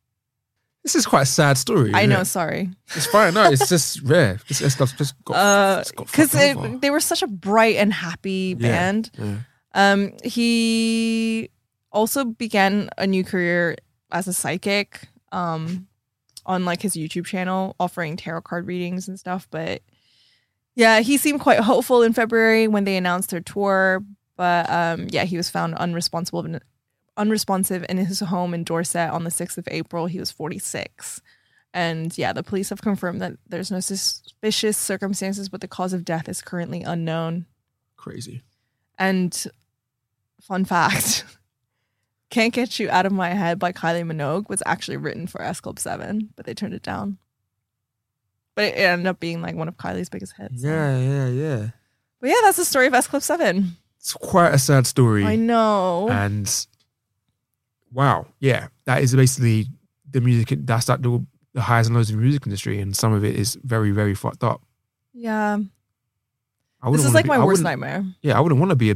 Speaker 1: This is quite a sad story.
Speaker 2: I
Speaker 1: isn't
Speaker 2: know,
Speaker 1: it?
Speaker 2: sorry.
Speaker 1: It's fine. No, it's just rare. This it's got, just got,
Speaker 2: Uh,
Speaker 1: it's got
Speaker 2: Because
Speaker 1: fucked over.
Speaker 2: they were such a bright and happy
Speaker 1: Yeah.
Speaker 2: band.
Speaker 1: Yeah.
Speaker 2: Um, he also began a new career as a psychic um, on like his YouTube channel, offering tarot card readings and stuff. But yeah, he seemed quite hopeful in February when they announced their tour. But um, yeah, he was found unresponsible, unresponsive in his home in Dorset on the sixth of April. He was forty six. And yeah, the police have confirmed that there's no suspicious circumstances, but the cause of death is currently unknown.
Speaker 1: Crazy.
Speaker 2: And fun fact Can't Get You Out of My Head by Kylie Minogue was actually written for S Club 7, but they turned it down. But it ended up being like one of Kylie's biggest hits.
Speaker 1: Yeah, yeah, yeah.
Speaker 2: But yeah, that's the story of S Club 7.
Speaker 1: It's quite a sad story.
Speaker 2: I know.
Speaker 1: And wow, yeah, that is basically the music. That's like the, the highs and lows of the music industry, and some of it is very, very fucked up.
Speaker 2: yeah.
Speaker 1: I
Speaker 2: This
Speaker 1: wouldn't wanna
Speaker 2: is like
Speaker 1: be-
Speaker 2: my
Speaker 1: I
Speaker 2: worst
Speaker 1: wouldn't-
Speaker 2: nightmare.
Speaker 1: Yeah, I wouldn't want to be a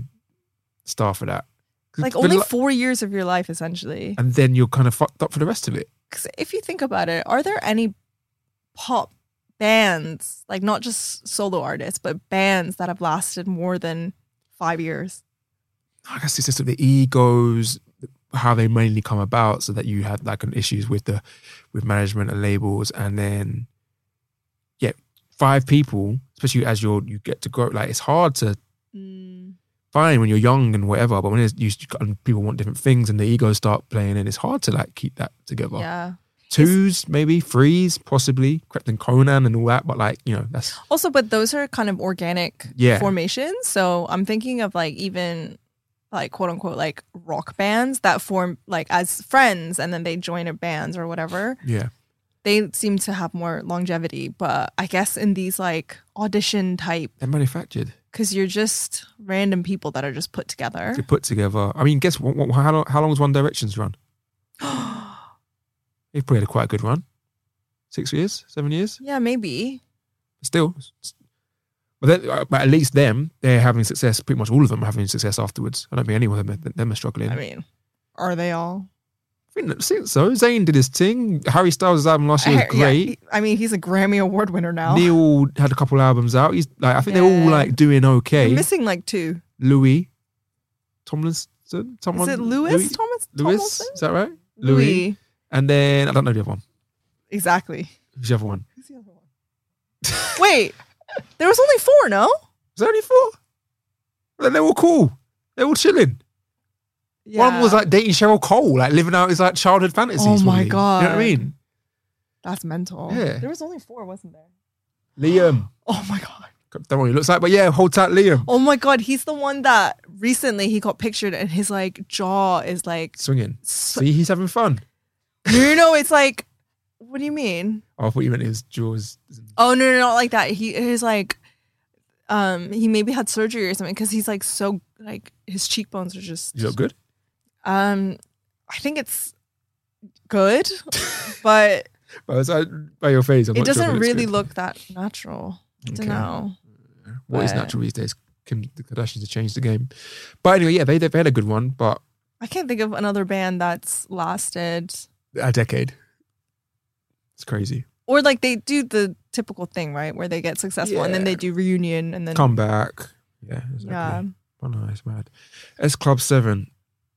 Speaker 1: star for that. 'Cause
Speaker 2: Like
Speaker 1: the
Speaker 2: only
Speaker 1: li-
Speaker 2: four years of your life, essentially.
Speaker 1: and then you're kind of fucked up for the rest of it.
Speaker 2: Because if you think about it, are there any pop bands, like not just solo artists, but bands that have lasted more than five years?
Speaker 1: I guess it's just the egos, how they mainly come about, so that you had like an issues with the with management and labels, and then yeah, five people, especially as you're you get to grow. Like it's hard to
Speaker 2: Mm.
Speaker 1: fine when you're young and whatever, but when it's, you and people want different things and the egos start playing, and it's hard to like keep that together.
Speaker 2: Yeah.
Speaker 1: Twos, maybe threes, possibly Krypton Conan and all that, but like you know, that's
Speaker 2: Also, but those are kind of organic
Speaker 1: Yeah.
Speaker 2: formations. So I'm thinking of like even like quote unquote like rock bands that form like as friends and then they join a bands or whatever.
Speaker 1: yeah,
Speaker 2: They seem to have more longevity. But I guess in these like audition type,
Speaker 1: they're manufactured,
Speaker 2: because you're just random people that are just put together.
Speaker 1: they're put together. I mean, guess what, how long how long was One Direction's run? They've played a quite a good run, six years, seven years,
Speaker 2: yeah, maybe.
Speaker 1: still. But, then, but at least them, they're having success. Pretty much all of them are having success afterwards. I don't think any of them them are struggling.
Speaker 2: I mean, are they all?
Speaker 1: I think since so, Zayn did his thing. Harry Styles' album last year was
Speaker 2: I- yeah,
Speaker 1: great.
Speaker 2: he- I mean, he's a Grammy Award winner now.
Speaker 1: Neil had a couple albums out. He's like, I think they're all
Speaker 2: Yeah.
Speaker 1: like doing
Speaker 2: We're
Speaker 1: okay.
Speaker 2: missing like two.
Speaker 1: Louis Tomlinson, someone.
Speaker 2: Is it Lewis
Speaker 1: Louis,
Speaker 2: Thomas?
Speaker 1: Louis?
Speaker 2: Tomlinson?
Speaker 1: is that right? Louis. And then I don't know the other one.
Speaker 2: Exactly.
Speaker 1: Who's the other one?
Speaker 2: Who's the other one? Wait, there was only four, no?
Speaker 1: Is there only four? Then they were cool. They were chilling. One was like dating Cheryl Cole, like living out his like childhood fantasies.
Speaker 2: Oh
Speaker 1: probably.
Speaker 2: my
Speaker 1: You know what I
Speaker 2: God.
Speaker 1: mean?
Speaker 2: that's mental.
Speaker 1: Yeah.
Speaker 2: There was only four, wasn't there?
Speaker 1: Liam.
Speaker 2: Oh my god.
Speaker 1: Don't know what he looks like, but yeah, hold tight, Liam.
Speaker 2: Oh my god, he's the one that recently he got pictured and his like jaw is like
Speaker 1: Swinging.
Speaker 2: so,
Speaker 1: See, he's having fun.
Speaker 2: you know it's like what do you mean?
Speaker 1: Oh, I thought you meant his jaws.
Speaker 2: Oh no, no, not like that. He is like um he maybe had surgery or something because he's like so like his cheekbones are just
Speaker 1: You look good.
Speaker 2: um I think it's good, but
Speaker 1: By, uh, by your face, I'm
Speaker 2: it
Speaker 1: not sure if
Speaker 2: doesn't
Speaker 1: looks
Speaker 2: really
Speaker 1: good.
Speaker 2: look that natural. I don't
Speaker 1: Okay.
Speaker 2: know.
Speaker 1: What is
Speaker 2: But-
Speaker 1: natural these days? Kim, the Kardashians have changed the game. But anyway, yeah, they, they had a good one, but
Speaker 2: I can't think of another band that's lasted
Speaker 1: a decade. It's crazy.
Speaker 2: or like they do the typical thing, right? Where they get successful and then
Speaker 1: Yeah.
Speaker 2: they do reunion and then
Speaker 1: Come back. Yeah. Exactly.
Speaker 2: yeah.
Speaker 1: Oh, no, it's mad. S Club 7.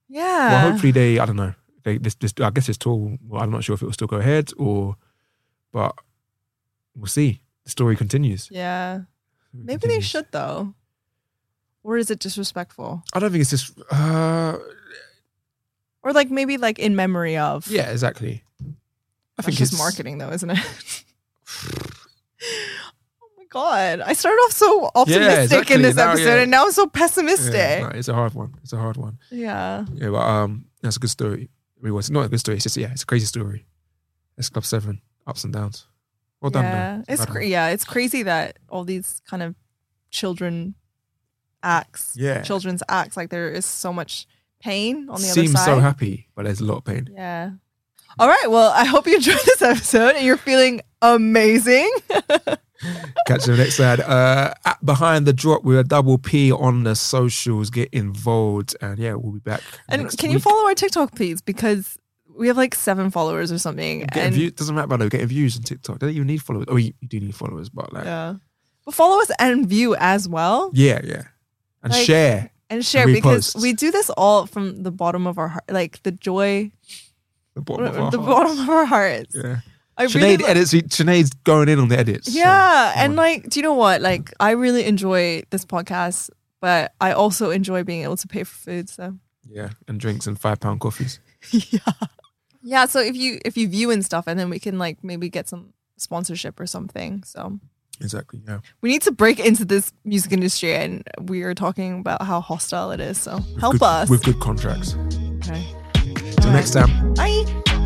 Speaker 2: Yeah.
Speaker 1: well, hopefully they, I don't know. They, this, this, I guess it's tall. Well, I'm not sure if it will still go ahead or, but we'll see. The story continues.
Speaker 2: yeah.
Speaker 1: Story
Speaker 2: Maybe they
Speaker 1: continues.
Speaker 2: should though. Or is it disrespectful?
Speaker 1: I don't think it's just, uh,
Speaker 2: Or like maybe like in memory of.
Speaker 1: yeah, exactly. I
Speaker 2: That's
Speaker 1: think
Speaker 2: just
Speaker 1: it's
Speaker 2: marketing though, isn't it? oh my god. I started off so optimistic
Speaker 1: exactly.
Speaker 2: in this
Speaker 1: Now,
Speaker 2: episode
Speaker 1: yeah.
Speaker 2: and now I'm so
Speaker 1: Yeah,
Speaker 2: pessimistic.
Speaker 1: no, it's a hard one. It's a hard one.
Speaker 2: yeah.
Speaker 1: Yeah, but um, that's a good story. I mean, well, it's not a good story. It's just yeah, it's a crazy story. It's Club Seven, ups and downs. Well done.
Speaker 2: yeah,
Speaker 1: though.
Speaker 2: it's
Speaker 1: Well done.
Speaker 2: cra- yeah, it's crazy that all these kind of children acts,
Speaker 1: Yeah.
Speaker 2: children's acts, like there is so much pain on the
Speaker 1: Seems
Speaker 2: other side.
Speaker 1: so happy, but there's a lot of pain.
Speaker 2: Yeah. All right. Well, I hope you enjoyed this episode and you're feeling amazing.
Speaker 1: Catch you next time. Uh, at behind the drop, we're a double P on the socials. Get involved, and yeah, we'll be back.
Speaker 2: And
Speaker 1: next
Speaker 2: can you
Speaker 1: week.
Speaker 2: follow our TikTok, please? Because we have like seven followers or something.
Speaker 1: Getting
Speaker 2: and
Speaker 1: views doesn't matter. Though, getting views on TikTok, they don't even need followers. Oh, you, you do need followers, but like, yeah,
Speaker 2: yeah. But follow us and view as well
Speaker 1: yeah, and
Speaker 2: Like-
Speaker 1: share.
Speaker 2: and share
Speaker 1: Repost.
Speaker 2: because we do this all from the bottom of our heart, like the joy,
Speaker 1: The bottom of our
Speaker 2: the
Speaker 1: hearts.
Speaker 2: bottom of our hearts.
Speaker 1: Yeah,
Speaker 2: I
Speaker 1: Sinead
Speaker 2: really, li-
Speaker 1: edits. Sinead's going in on the edits. so
Speaker 2: yeah.
Speaker 1: come
Speaker 2: and
Speaker 1: on.
Speaker 2: like, do you know what? Like, I really enjoy this podcast, but I also enjoy being able to pay for food. So.
Speaker 1: yeah, and drinks and five pound coffees.
Speaker 2: yeah. Yeah, so if you if you view and stuff and then we can like maybe get some sponsorship or something. So
Speaker 1: Exactly. Yeah.
Speaker 2: we need to break into this music industry and we are talking about how hostile it is. So help
Speaker 1: Good-
Speaker 2: us.
Speaker 1: with good contracts.
Speaker 2: okay.
Speaker 1: Till next time.
Speaker 2: Bye.